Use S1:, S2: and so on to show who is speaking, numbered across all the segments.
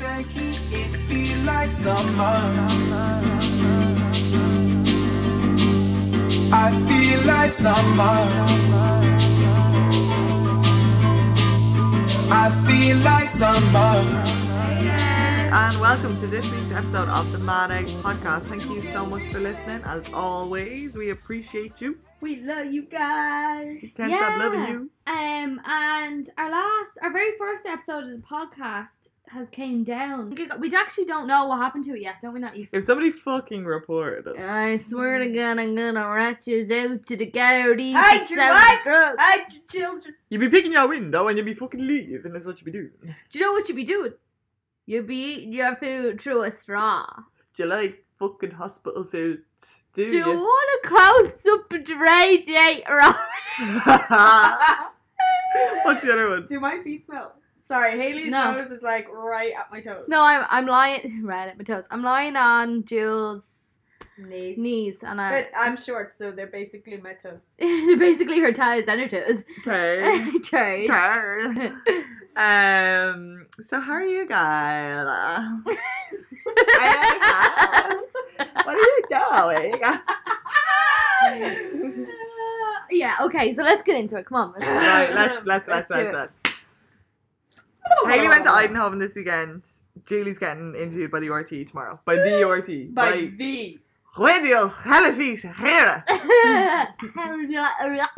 S1: like heat, it feel like summer. I feel like summer. I feel like summer.
S2: And welcome to this week's episode of the Mad Eggs podcast. Thank you so much for listening. As always, we appreciate you.
S3: We love you guys.
S2: We can't stop loving
S4: Yeah.
S2: you.
S4: Um, and our last, our very first episode of the podcast has came down. We got- We actually don't know what happened to it yet, don't we? Not you.
S2: If somebody fucking reported us,
S3: I swear to God, I'm gonna rat you out to the county.
S4: Hide
S3: for
S4: your
S3: selling
S4: wife,
S3: drugs.
S4: Hide your children.
S2: you'd be picking your window and you'd be fucking leaving. That's what you'd be doing. Do
S4: Do you know what you'd be doing?
S3: You'll be eating your food through a straw.
S2: you like fucking hospital food? Do
S3: Do you
S2: you?
S3: want a cold soup and eh, radiator on?
S2: What's the other one?
S5: Do my feet smell? Sorry, Haley's
S3: No.
S5: nose is like right at my toes.
S3: No, I'm I'm lying right at my toes. I'm lying on Jules'
S5: Knees.
S3: knees, and I'm
S5: But I'm short, so they're basically my toes.
S3: basically her toes and her toes.
S2: Okay.
S3: Toes.
S2: Okay. Um. So how are you guys? I what are you doing?
S3: Uh, yeah. Okay. So let's get into it. Come on. let's-
S2: right, let's let's let's
S3: Let's do
S2: let's
S3: it. Oh
S2: let's. Haley went to Idenhoven this weekend. Julie's getting interviewed by the RT tomorrow. By the RT.
S5: By
S2: By
S5: the.
S2: Radio Halifax Hera.
S3: I know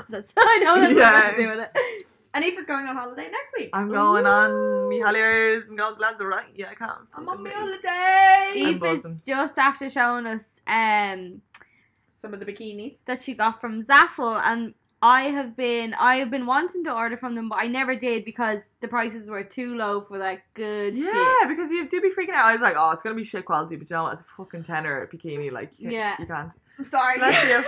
S3: that's
S2: Yeah.
S3: yeah. to do with it.
S5: And Aoife's going on holiday next week.
S2: I'm going on me holidays. I'm going glad to right. Yeah, I can't.
S5: I'm
S2: fucking
S5: on my
S2: wait.
S5: holiday.
S3: Eve is
S2: buzzing.
S3: just after showing us um
S5: Some of the bikinis.
S3: that she got from Zaffle and I have been I have been wanting to order from them but I never did because the prices were too low for that good
S2: Yeah,
S3: shit.
S2: because you do be freaking out. I was like, oh, it's gonna be shit quality, but you know what? It's a fucking tenner bikini. Like, you,
S3: Yeah.
S2: you can't.
S5: I'm sorry.
S2: Bless you.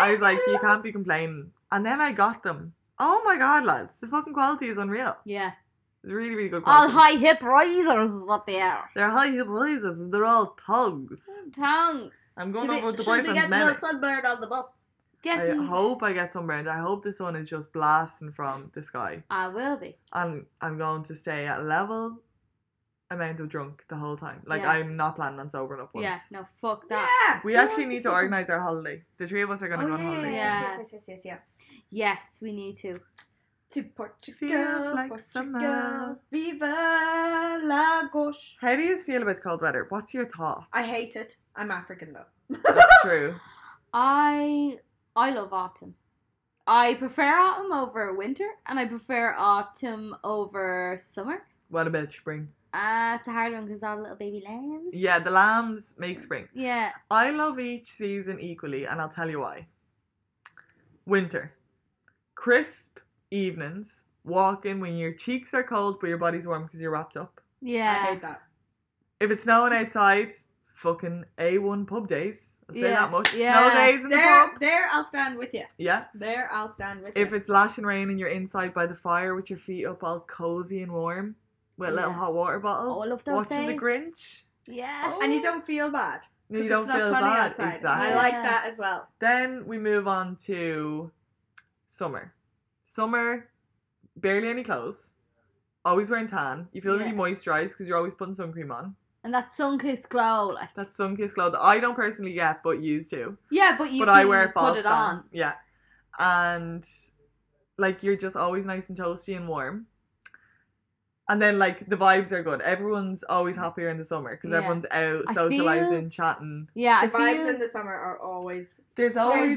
S2: I was like, you can't be complaining. And then I got them. Oh my god, lads, the fucking quality is unreal.
S3: Yeah.
S2: It's really, really good
S3: All
S2: quality.
S3: high hip risers is what they are.
S2: They're high heel blazers and they're all pugs.
S3: Tongues.
S2: I'm
S5: Should
S2: going
S5: we-
S2: over with the
S5: should we
S2: boyfriend's
S5: get
S2: medic.
S5: the sunburned on the bus?
S3: Get
S2: I
S3: them.
S2: hope I get sunburned. I hope this one is just blasting from the sky.
S3: I will be.
S2: And I'm going to stay at level amount of drunk the whole time. Like
S3: Yeah.
S2: I'm not planning on sobering up once.
S3: Yeah, no fuck
S5: Yeah.
S3: that.
S2: We actually need to organise our holiday. The three of us are gonna go on
S5: Oh,
S2: holiday.
S3: yeah.
S5: yes, yes, yes, yes, yes.
S3: Yes, we need to.
S5: To Portugal,
S2: Feels like
S5: Portugal,
S2: summer.
S5: viva Lagos.
S2: How do you feel about cold weather? What's your thought?
S5: I hate it. I'm African though.
S2: That's true.
S3: I I love autumn. I prefer autumn over winter, and I prefer autumn over summer.
S2: What about spring?
S3: Ah, it's a hard one because all the little baby lambs.
S2: Yeah, the lambs make spring.
S3: Yeah.
S2: I love each season equally, and I'll tell you why. Winter. Crisp evenings, walking when your cheeks are cold but your body's warm because you're wrapped up.
S5: I
S3: Yeah.
S5: hate that.
S2: If it's snowing outside, fucking A1 pub days. I'll say
S3: Yeah,
S2: that much. Snow
S3: yeah.
S2: days in the
S5: There,
S2: pub.
S5: there, I'll stand with you.
S2: Yeah.
S5: There, I'll stand with
S2: If
S5: you.
S2: it's lashing rain and you're inside by the fire with your feet up all cozy and warm with a little
S3: Yeah.
S2: hot water bottle,
S3: All of those
S2: watching The
S3: days.
S2: Grinch,
S3: Yeah.
S5: and you don't feel bad.
S2: you
S5: 'cause
S2: don't
S5: it's not
S2: feel
S5: sunny
S2: bad.
S5: outside.
S2: Exactly.
S5: I like
S3: Yeah.
S5: that as well.
S2: Then we move on to summer. Summer, barely any clothes. Always wearing tan. You feel really
S3: Yeah.
S2: moisturized because you're always putting sun cream on.
S3: And that sun-kissed glow, like.
S2: That's sun kissed glow that I don't personally get, but used to.
S3: Yeah, but you.
S2: but I
S3: do
S2: wear false
S3: put it
S2: tan.
S3: on.
S2: Yeah, and like you're just always nice and toasty and warm. And then like the vibes are good. Everyone's always happier in the summer because
S3: Mm. Yeah.
S2: everyone's out
S3: I
S2: socializing, chatting.
S3: Yeah,
S5: The
S3: I
S5: vibes
S3: feel.
S5: in the summer are always.
S2: There's always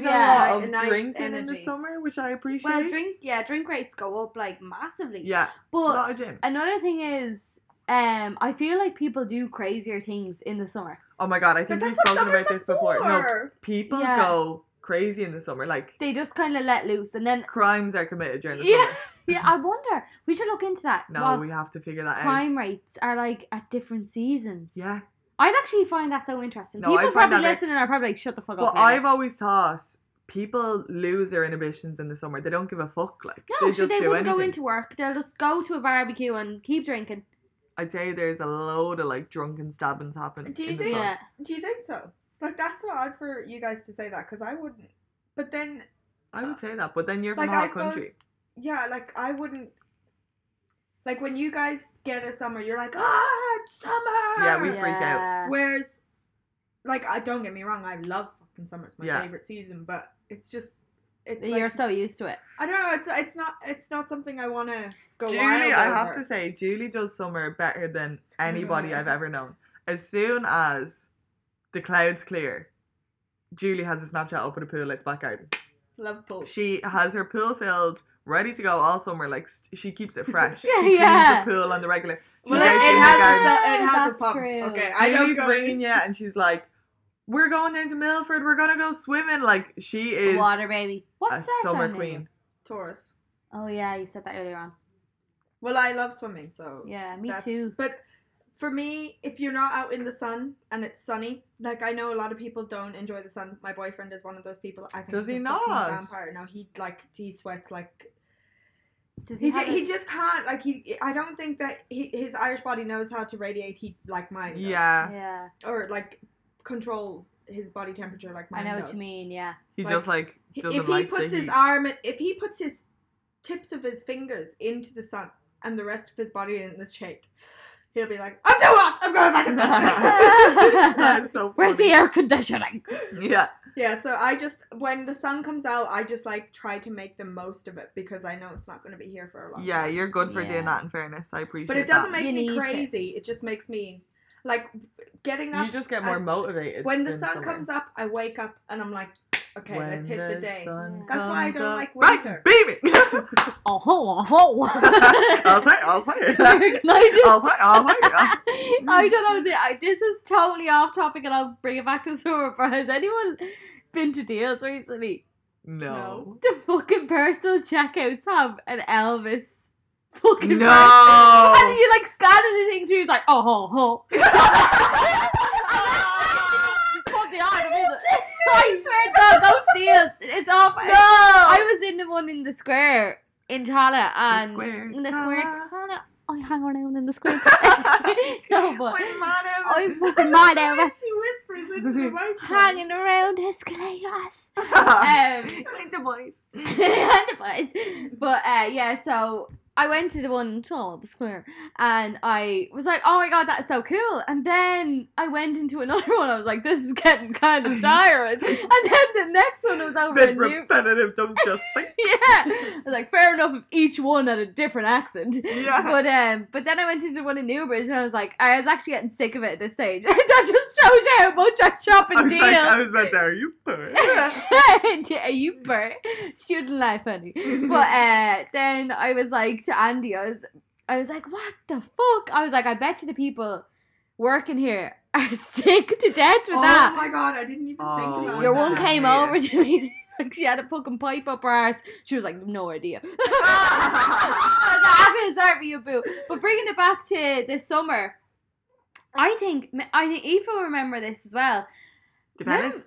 S2: a
S3: yeah,
S2: lot
S5: a
S2: of
S5: nice
S2: drinking in the
S5: energy.
S2: summer, which I appreciate.
S3: well, drink. Yeah, drink rates go up like massively.
S2: Yeah, a
S3: But
S2: lot of gin.
S3: another thing is, um, I feel like people do crazier things in the summer.
S2: Oh my god, I think
S5: But
S2: we've
S5: that's what
S2: spoken about
S5: summer's
S2: this before. No,
S5: for.
S2: people
S3: Yeah.
S2: go crazy in the summer. Like
S3: They just kind of let loose, and then
S2: crimes are committed during the
S3: Yeah.
S2: summer.
S3: yeah, I wonder. We should look into that.
S2: No,
S3: what
S2: we have to figure that
S3: crime
S2: out.
S3: rates are like at different seasons.
S2: Yeah.
S3: I'd actually find that so interesting.
S2: No, I
S3: People
S2: find
S3: probably
S2: that very-
S3: listening are probably like, shut the fuck
S2: But
S3: up. Mary."
S2: I've always thought people lose their inhibitions in the summer. They don't give a fuck. Like
S3: no,
S2: they
S3: sure,
S2: just
S3: they
S2: do
S3: wouldn't
S2: anything.
S3: go into work. They'll just go to a barbecue and keep drinking.
S2: I'd say there's a load of like drunken stabbings happen.
S5: Do you
S2: in the
S5: think-
S2: summer.
S3: Yeah.
S5: Do you think so? Like that's odd for you guys to say that because I wouldn't. But then,
S2: I would say that, but then you're from
S5: Like,
S2: a
S5: I
S2: hot
S5: suppose-
S2: country.
S5: yeah, like I wouldn't. Like when you guys get a summer, you're like, ah, it's summer.
S2: Yeah, we freak out.
S5: Whereas, like, I don't get me wrong, I love fucking summer. It's my
S2: Yeah.
S5: favorite season, but it's just, it's like,
S3: You're so used to it.
S5: I don't know. It's it's not it's not something I want to go.
S2: Julie,
S5: wild
S2: I have
S5: over.
S2: to say, Julie does summer better than anybody
S5: Mhm.
S2: I've ever known. As soon as the clouds clear, Julie has a Snapchat up at a pool at the back garden.
S5: love both.
S2: She has her pool filled, ready to go all summer. Like st- she keeps it fresh.
S3: Yeah,
S2: she cleans
S3: yeah.
S2: the pool on the regular. She's
S5: Well,
S2: out
S5: it,
S2: in the garden.
S5: has a, it has a
S3: That's
S5: pump.
S3: true.
S5: Okay, I don't
S2: Julie's
S5: go.
S2: ringing you, and she's like, "We're going down to Milford. We're gonna go swimming." Like she is
S3: Water baby.
S2: a
S3: What's that?
S2: summer queen.
S5: Taurus.
S3: Oh yeah, you said that earlier on.
S5: Well, I love swimming, so
S3: Yeah, me
S5: that's-
S3: too.
S5: But for me, if you're not out in the sun and it's sunny, like I know a lot of people don't enjoy the sun. My boyfriend is one of those people. I think
S2: Does
S5: he's
S2: he
S5: a fucking
S2: not?
S5: Vampire. No, he like he sweats like
S3: Does he,
S5: he, ju-
S3: have
S5: he
S3: a-
S5: just can't like he. I don't think that he, his Irish body knows how to radiate heat like mine. does.
S2: Yeah,
S3: Yeah,
S5: Or like control his body temperature like
S3: I
S5: mine.
S3: know
S5: does.
S3: what you mean. Yeah,
S2: he
S5: Like,
S2: just like
S5: H-
S2: doesn't
S5: if he
S2: like the
S5: puts his
S2: heat.
S5: arm if he puts his tips of his fingers into the sun and the rest of his body in the shade he'll be like i'm too hot i'm going back inside
S2: That's so
S3: where's
S2: funny.
S3: the air conditioning?
S2: Yeah,
S5: yeah so i just when the sun comes out i just like try to make the most of it because i know it's not going to be here for a long
S2: yeah,
S5: time.
S2: you're good for
S3: Yeah.
S2: doing that. In fairness, I appreciate.
S5: but it doesn't
S2: that.
S5: make
S3: You
S5: me
S3: need to.
S5: crazy it just makes me like getting up
S2: You just get more
S5: I-
S2: motivated
S5: when the
S2: in
S5: sun
S2: summer.
S5: comes up i wake up and i'm like okay
S2: When
S5: let's hit the, day
S2: sun
S3: That's
S5: why I
S2: comes
S5: don't
S2: up-
S5: like winter.
S2: Right, beaming.
S3: Oh ho, oh ho.
S2: I was like, I was like, I was like, I was like,
S3: I don't know. th- I, this is totally off topic, and I'll bring it back to summer. But has anyone been to deals recently?
S2: no,
S3: The fucking personal checkouts have an Elvis fucking. And
S2: no.
S3: you like scanning the things, and you're like, oh ho ho. And that's- Put the arm in it. I swear to God, go to deals. It's off. I was in the one in the square in Tala and
S2: square,
S3: in the square
S2: Tala.
S3: Tala. I hang around in the square. Tala. no, but
S5: I'm mad at-
S3: I'm fucking mad
S5: I
S3: at
S5: love
S3: it.
S5: the way she whispers into my phone.
S3: hanging around escalators. Um,
S2: Like the boys.
S3: and the boys. But uh, yeah, so I went to the one in Tunnel, the square, and I was like, oh my god, that's so cool. And then I went into another one. I was like, this is getting kind of tiring. and then the next one was over
S2: Bit
S3: in New.
S2: repetitive, don't you think?
S3: yeah, I was like, fair enough. If each one had a different accent.
S2: Yeah.
S3: But um, but then I went into one in Newbridge and I was like, I was actually getting sick of it at this stage. that just shows you how much I shop
S2: I
S3: and
S2: was
S3: deal.
S2: like, I was about to say, are you poor?
S3: Are you burnt? Student life, honey. But uh, then I was like to Andy, I was, I was like, what the fuck? I was like, I bet you the people working here are sick to death with
S5: oh
S3: that.
S5: my god, I didn't even
S2: Oh,
S5: think about
S3: Your
S5: that.
S3: one
S2: That's
S3: came
S2: weird.
S3: over to me. Like she had a fucking pipe up her ass. She was like, no idea. I was like, I'm gonna start with you, boo. But bringing it back to the summer, I think I think Aoife will remember this as well.
S2: The Venice?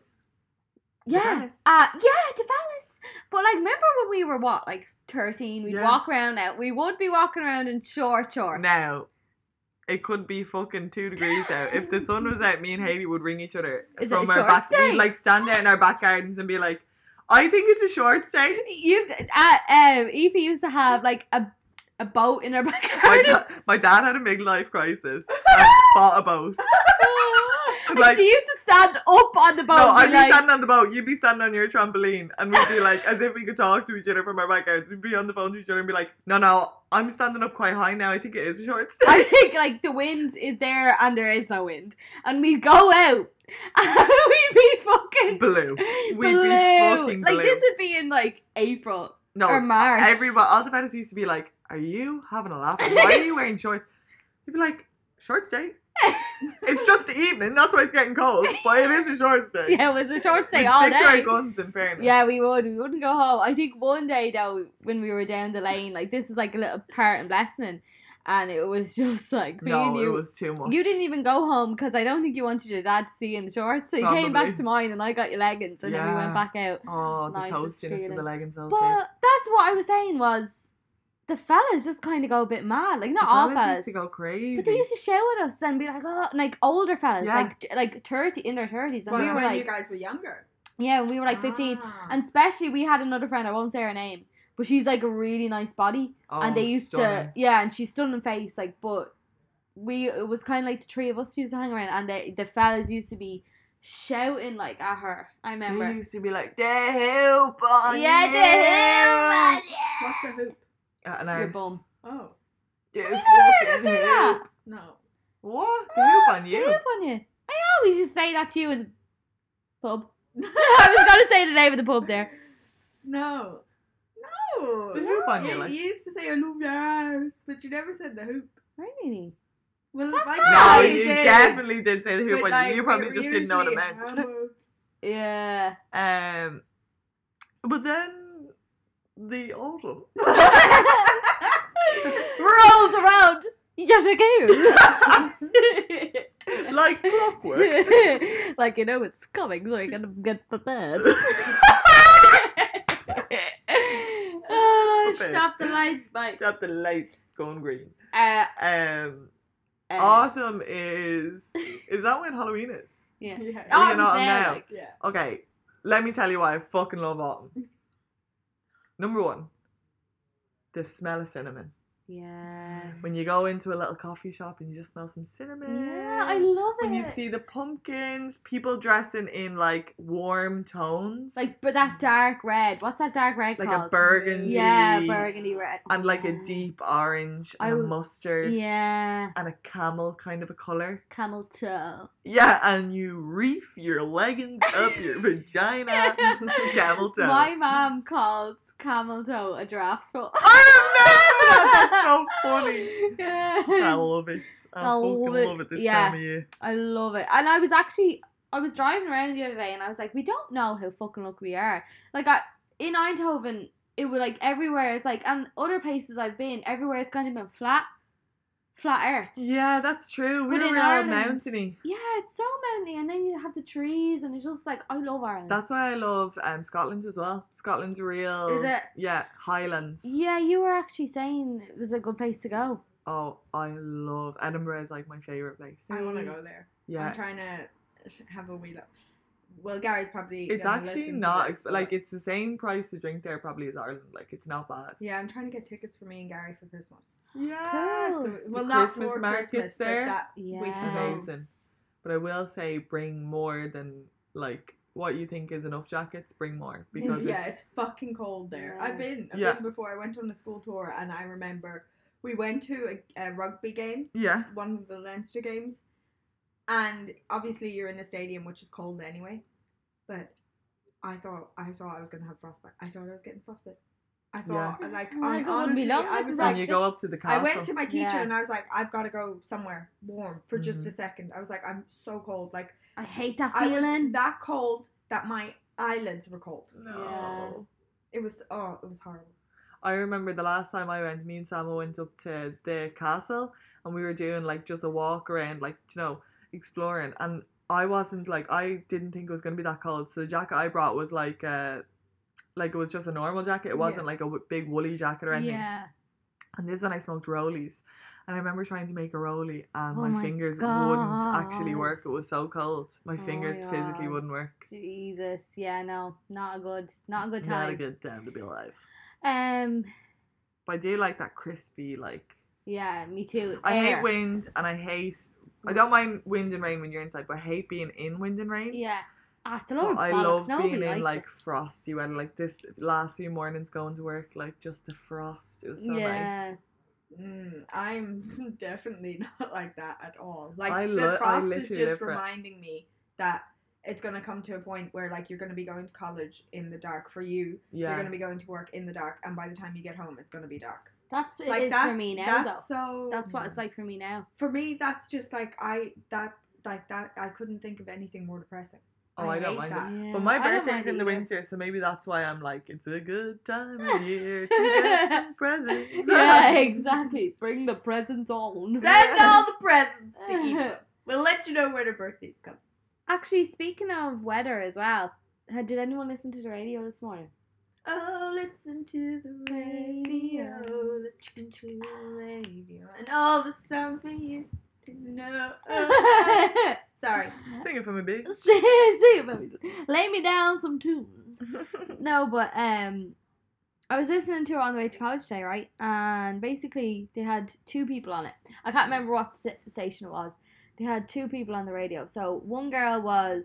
S3: Yeah,
S2: Yes.
S3: uh, yeah, to fellas. But like, remember when we were what, like thirteen? We'd
S2: Yeah.
S3: walk around out. We would be walking around in short shorts.
S2: Now, it could be fucking two degrees out. If the sun was out, me and Haley would ring each other
S3: Is it
S2: from
S3: a
S2: our
S3: short
S2: back.
S3: day?
S2: We'd like stand there in our back gardens and be like, I think it's a short day.
S3: You, uh, um, Aoife used to have like a a boat in her
S2: My,
S3: backyard.
S2: da- my dad had a midlife crisis and bought a boat.
S3: And
S2: Like-
S3: she used to stand up on the boat.
S2: no, I'd
S3: and
S2: be
S3: be like,
S2: standing on the boat, you'd be standing on your trampoline, and we'd be like, as if we could talk to each other from our backyards. We'd be on the phone to each other and be like, no, no, I'm standing up quite high now. I think it is a short stay.
S3: I think like the wind is there and there is no wind, and we go out and we be fucking
S2: Blue.
S3: blue.
S2: We'd be fucking
S3: Like
S2: blue.
S3: this would be in like April
S2: No,
S3: or March.
S2: everybody, all the fellas used to be like, "Are you having a laugh? Why are you wearing shorts?" You'd be like, "Shorts day. it's just the evening. That's why it's getting cold, but it is a shorts day.
S3: yeah, it was a short
S2: We'd
S3: stay all
S2: stick to our
S3: day.
S2: guns in fairness.
S3: Yeah, we would. We wouldn't go home. I think one day though, when we were down the lane, like this is like a little part in Blessing, and it was just like me and
S2: no,
S3: you.
S2: it was too much.
S3: You didn't even go home because I don't think you wanted your dad to see you in the shorts. So you came
S2: Probably.
S3: back to mine and I got your leggings and then we
S2: Yeah.
S3: went back out.
S2: Oh, the
S3: Nicest
S2: toastiness of the
S3: feeling.
S2: leggings those
S3: But
S2: days.
S3: that's what I was saying was the fellas just kind of go a bit mad. Like, not
S2: The
S3: all
S2: fellas
S3: fellas.
S2: used to go crazy.
S3: but they used to shout at us and be like, oh, and, like older fellas,
S2: Yeah.
S3: like like 30, in their 30s. And
S5: Well,
S3: we were
S5: when you
S3: like,
S5: guys were younger.
S3: yeah, and we were like 15.
S5: Ah.
S3: And especially we had another friend, I won't say her name, But she's like a really nice body,
S2: Oh,
S3: and they used
S2: stunning.
S3: to yeah, and she's stunning face like. But we it was kind of like the three of us used to hang around, and the the fellas used to be shouting like at her.
S2: They
S3: I remember.
S2: used to be like, the help on
S3: yeah,
S2: you."
S3: the
S5: What's a hoop?
S2: At an
S3: Your
S2: arse.
S3: bum.
S5: Oh,
S2: The
S3: You know I
S2: fucking
S3: say
S2: help.
S3: that.
S5: no.
S2: What? The help
S3: Ah,
S2: on
S3: the
S2: you.
S3: hoop on you. I always just say that to you in the pub. I was gonna say the name of the pub there.
S5: No. No.
S2: The hoop on you,
S5: You,
S2: like-
S5: you used to say I love your ass, but you never said the hoop.
S3: Really?
S5: Well,
S3: That's
S5: like,
S2: No,
S3: I
S2: you definitely did say the
S5: But,
S2: hoop on
S5: like,
S2: you. You probably
S5: we
S2: just didn't know what it
S5: usually
S2: meant.
S5: have-
S3: Yeah.
S2: Um, but then the autumn.
S3: Rolls around. Yet again.
S2: like clockwork.
S3: like you know it's coming, so you gotta get prepared.
S4: Oh,
S2: Prepared.
S4: stop the lights, Mike.
S2: Stop the lights going green.
S3: uh,
S2: Um,
S3: uh,
S2: autumn is is that when Halloween is?
S3: Yeah.
S5: Yeah.
S2: Oh.
S3: Autumn's
S2: not
S3: there,
S2: now.
S3: like-
S5: Yeah.
S2: Okay, let me tell you why I fucking love autumn. Number one, the smell of cinnamon.
S3: Yes.
S2: When you go into a little coffee shop and you just smell some cinnamon.
S3: Yeah, I love it.
S2: when you see the pumpkins, people dressing in like warm tones,
S3: like but that dark red. What's that dark red
S2: like
S3: called?
S2: a burgundy,
S3: Yeah, burgundy red.
S2: and like a
S3: Yeah.
S2: deep orange
S3: I
S2: and a
S3: would-
S2: mustard,
S3: Yeah,
S2: and a camel kind of a color.
S3: camel toe.
S2: Yeah, and you reef your leggings up your vagina, camel toe.
S3: My mom calls camel toe a draft foot.
S2: I remember that. Oh, That's so funny.
S3: Yeah.
S2: I love it. I,
S3: I
S2: fucking
S3: love
S2: love
S3: it.
S2: it, this
S3: Yeah.
S2: time of year.
S3: I love it. And I was actually I was driving around the other day and I was like, we don't know how fucking lucky we are. Like I in Eindhoven, it was like everywhere it's like and other places I've been, everywhere it's kind of been flat. Flat earth.
S2: Yeah, that's true.
S3: But
S2: We're
S3: in
S2: all
S3: Ireland-
S2: mountainy.
S3: Yeah, it's so mountainy and then you have the trees and it's just like I love Ireland.
S2: That's why I love um, Scotland as well. Scotland's real.
S3: Is it?
S2: Yeah, Highlands.
S3: yeah, you were actually saying it was a good place to go.
S2: Oh, I love Edinburgh is like my favorite place.
S5: I want to
S3: Mm.
S5: go there. I'm
S2: Yeah,
S5: trying to have a wheel up. Well, Gary's probably.
S2: it's
S5: gonna
S2: actually
S5: listen to
S2: not
S5: this,
S2: exp-
S5: but-
S2: like it's the same price to drink there probably as Ireland. Like it's not bad.
S5: Yeah, I'm trying to get tickets for me and Gary for Christmas.
S2: Yes.
S3: Cool.
S5: So-
S2: Oh! The
S5: well, not
S2: Christmas
S5: for
S2: markets
S5: Christmas, but
S2: there.
S5: that
S3: Yeah.
S5: we can go.
S2: Amazing. But I will say, bring more than like what you think is enough jackets. Bring more because
S5: yeah,
S2: it's,
S5: it's fucking cold there.
S3: Yeah.
S5: I've been. I've
S2: Yeah.
S5: been before. I went on a school tour, and I remember we went to a, a rugby game,
S2: yeah,
S5: one of the Leinster games, and obviously you're in a stadium which is cold anyway. But I thought I thought I was gonna have frostbite. I thought I was getting frostbite. I
S2: Yeah.
S5: thought like
S3: Oh my
S5: I
S3: God, it wouldn't be
S5: honestly
S3: long,
S5: I
S3: like,
S5: was
S3: that.
S5: like
S2: and you go up to the
S5: I
S2: castle.
S5: went to my teacher
S3: Yeah.
S5: and I was like, I've got to go somewhere warm for just a
S2: Mhm.
S5: second. I was like, I'm so cold. Like
S3: I hate that
S5: I was
S3: feeling.
S5: that cold that my eyelids were cold.
S2: no.
S3: Yeah.
S5: It was oh, it was horrible.
S2: I remember the last time I went, me and Sam went up to the castle and we were doing like just a walk around, like, you know, exploring. And I wasn't like, I didn't think it was going to be that cold. So the jacket I brought was like, uh, like it was just a normal jacket. It wasn't like a w- big woolly jacket or anything.
S3: yeah.
S2: And this is when I smoked rollies. And I remember trying to make a rollie and
S3: Oh
S2: my,
S3: my
S2: fingers wouldn't actually
S3: God.
S2: work. It was so cold. My
S3: Oh
S2: fingers
S3: my
S2: physically
S3: God.
S2: wouldn't work.
S3: Jesus. Yeah, no. Not a good not a good
S2: Not a
S3: time.
S2: good time to be alive.
S3: Um
S2: But I do like that crispy, like,
S3: yeah, me too.
S2: I
S3: Air. Mm.
S2: hate wind and I hate. I don't mind wind and rain when you're inside, but I hate being in wind and rain.
S3: Yeah. Ah, the
S2: But
S3: Lord
S2: I
S3: bollocks,
S2: love
S3: nobody
S2: being in
S3: likes
S2: like
S3: it.
S2: frosty weather. Like this last few mornings going to work, like just the frost. It was so
S3: yeah.
S2: nice.
S5: Mm, I'm definitely not like that at all. Like
S2: I
S5: the
S2: lo- I
S5: frost is
S2: literally live
S5: just
S2: for it.
S5: reminding me that it's gonna come to a point where like you're gonna be going to college in the dark for you. You're
S2: Yeah.
S5: gonna be going to work in the dark, and by the time you get home, it's gonna be dark.
S3: That's it is
S5: like
S3: for me now
S5: That's
S3: though.
S5: so.
S3: That's what it's like for me now.
S5: for me. That's just like I that like that. I couldn't think of anything more depressing.
S2: Oh, I, don't
S5: hate
S2: mind
S5: that.
S2: it.
S3: Yeah.
S2: But my
S3: I don't
S2: birthday's
S3: mind
S2: in
S3: it
S2: the
S3: either.
S2: winter, so maybe that's why I'm like, it's a good time of year to get some presents.
S3: yeah, exactly. Bring the presents on.
S5: Send all the presents to Eva. We'll let you know where the birthdays come.
S3: Actually, speaking of weather as well, ha- did anyone listen to the radio this morning?
S5: Oh, listen to the radio, listen to the radio, and all the songs we used to know. Oh, sorry.
S2: Sing it for me, B.
S3: Sing it, baby. Lay me down some tunes. no, but um, I was listening to her on the way to college today, right? And basically, they had two people on it. I can't remember what sta- station it was. They had two people on the radio. So one girl was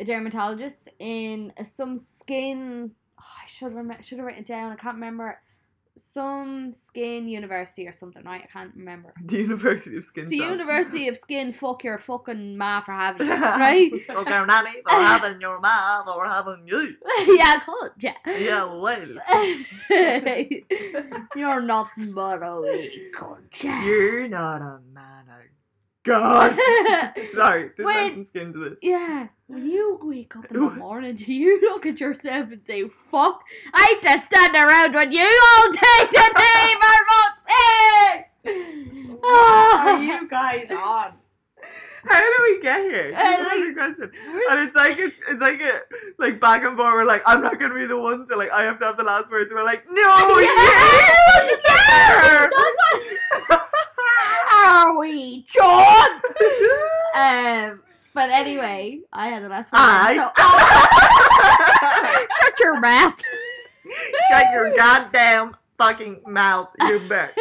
S3: a dermatologist in a, some skin. oh, I should remember. Should have written it down. I can't remember. Some skin university or something, right? I can't remember.
S2: The University of Skin
S3: The
S2: Cells.
S3: University of Skin. Fuck your fucking ma for having it, right?
S2: Okay, nanny, they're having your mouth or having you.
S3: yeah, good. Yeah.
S2: Yeah, well.
S3: You're not but a weak cunt.
S2: You're not a man of God. Sorry, this
S3: Wait.
S2: has some skin to this.
S3: Yeah, when you wake up in the morning, do you look at yourself and say, fuck, I had to stand around when you all take the day, for fuck's sake!
S5: What
S3: Oh,
S5: are you guys on?
S2: How do we get here?
S3: Uh,
S2: This is
S3: like-
S2: a good question. And it's like it's it's like a like back and forth. We're like, I'm not gonna be the one to like. I have to have the last words. We're like, no,
S3: Yeah,
S2: you
S3: yeah,
S2: there.
S3: that's what- Are we, John? Um, but anyway, I had the last one.
S2: I-
S3: So, oh, shut your mouth.
S2: Shut your goddamn fucking mouth, you bitch.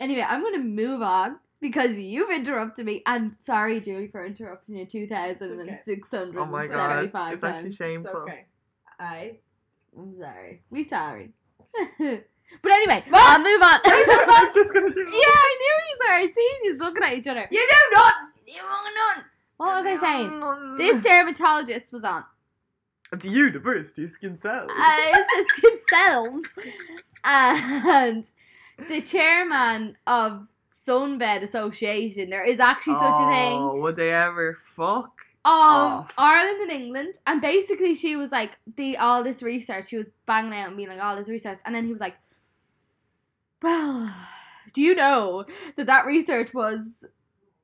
S3: anyway, I'm gonna move on because you've interrupted me. I'm sorry, Julie, for interrupting you two thousand and six hundred
S2: Oh my god, it's,
S3: seventy-five
S2: it's actually
S3: times.
S5: It's
S2: shameful.
S5: okay. I.
S3: I'm sorry. We sorry. but anyway, I'll move on.
S2: I
S3: yeah,
S2: was just gonna do.
S3: I knew you were. I seen you looking at each other.
S5: You do not. You are not.
S3: What was I saying? This dermatologist was on.
S2: At the University of Skin Cells.
S3: Uh, it's, it's good cells. And the chairman of Sunbed Association, there is actually such a thing.
S2: Oh, would they ever fuck?
S3: of
S2: Off.
S3: Um, Ireland and England, and basically she was like the all this research. She was banging out and being like all this research, and then he was like, "Well, do you know that that research was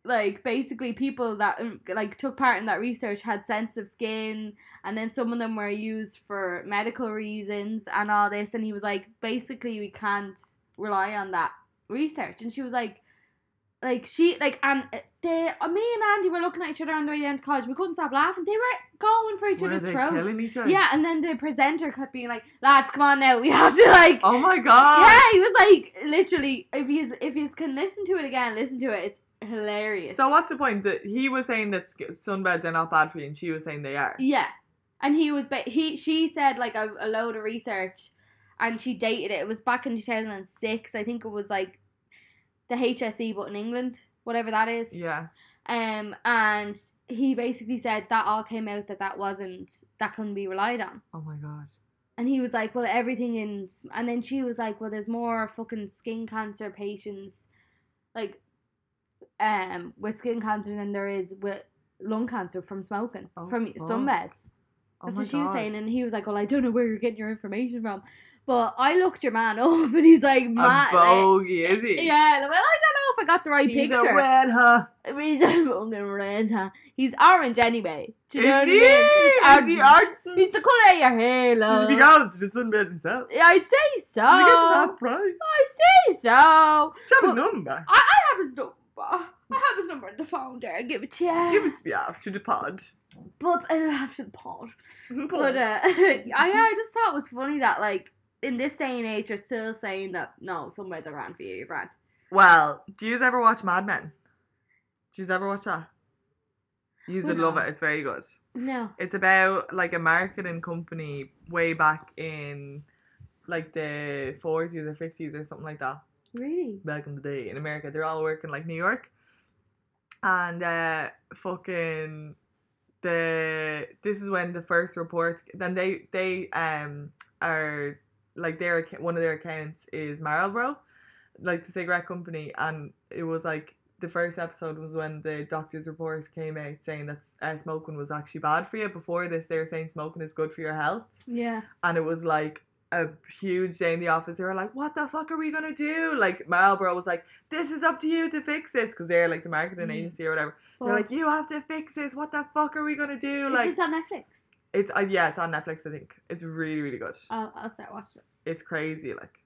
S3: like basically people that um, like took part in that research had sensitive skin, and then some of them were used for medical reasons and all this." And he was like, "Basically, we can't rely on that research," and she was like like she like and uh, they uh, me and Andy were looking at each other on the way down to college. We couldn't stop laughing. They were going for each
S2: Were
S3: other's
S2: they
S3: throats.
S2: killing each other?
S3: Yeah, and then the presenter kept being like, "Lads, come on now, we have to like."
S2: Oh my god.
S3: Yeah, he was like literally. If you if you can listen to it again, listen to it. It's hilarious.
S2: So what's the point that he was saying that sk- sunbeds are not bad for you, and she was saying they are?
S3: Yeah, and he was, but he she said like a, a load of research, and she dated it. It was back in two thousand and six. I think it was like the HSE, but in England, whatever that is.
S2: Yeah.
S3: Um, and he basically said that all came out that that wasn't that couldn't be relied on.
S2: Oh my god.
S3: And he was like, well, everything in, and then she was like, well, there's more fucking skin cancer patients, like, um, with skin cancer than there is with lung cancer from smoking
S2: Oh,
S3: from
S2: fuck.
S3: sunbeds.
S2: Oh
S3: That's
S2: my
S3: what she
S2: god.
S3: was saying, and he was like, well, I don't know where you're getting your information from, but I looked your man up, and he's like,
S2: a
S3: man, like-
S2: bogey, is he?
S3: yeah, well, I don't know if I got the right
S2: He's
S3: picture.
S2: a red huh?
S3: He's a fucking red, huh? He's orange anyway. Do you know
S2: Is
S3: what
S2: he?
S3: I
S2: Is
S3: mean? He's
S2: he
S3: orange.
S2: art?
S3: He's the Uh, colour of your hair,
S2: Does
S3: love.
S2: he be going to the sunbeds himself?
S3: Yeah, I'd say so.
S2: Does he get
S3: uh,
S2: to half price?
S3: I'd say so. I
S2: Do you
S3: Well-
S2: have his number?
S3: have his number. I have his number on the phone there. I'll give it to you.
S2: Give it to me after the pod.
S3: But I'll have to the pod. But uh, I, I just thought it was funny that, like, in this day and age, you're still saying that, no, somewhere's around for you, your brand.
S2: Well, do you ever watch Mad Men? Do you ever watch that? You would love
S3: No.
S2: it. It's very good.
S3: No.
S2: It's about like a marketing company way back in like the 40s or 50s or something like that.
S3: Really?
S2: Back in the day in America, they're all working like New York, and uh, fucking the this is when the first report. Then they they um are like their acc- one of their accounts is Marlboro, like the cigarette company, and it was like the first episode was when the doctor's report came out saying that uh, smoking was actually bad for you. Before this, they were saying smoking is good for your health,
S3: Yeah.
S2: and it was like a huge day in the office. They were like, "What the fuck are we gonna do?" Like Marlboro was like, "This is up to you to fix this," because they're like the marketing
S3: Mm.
S2: agency or whatever.
S3: But
S2: They're like, "You have to fix this. What the fuck are we gonna do?"
S3: is
S2: Like
S3: this on Netflix?
S2: it's uh, yeah, it's on Netflix. I think it's really really good.
S3: I'll, I'll start watching it.
S2: It's crazy. Like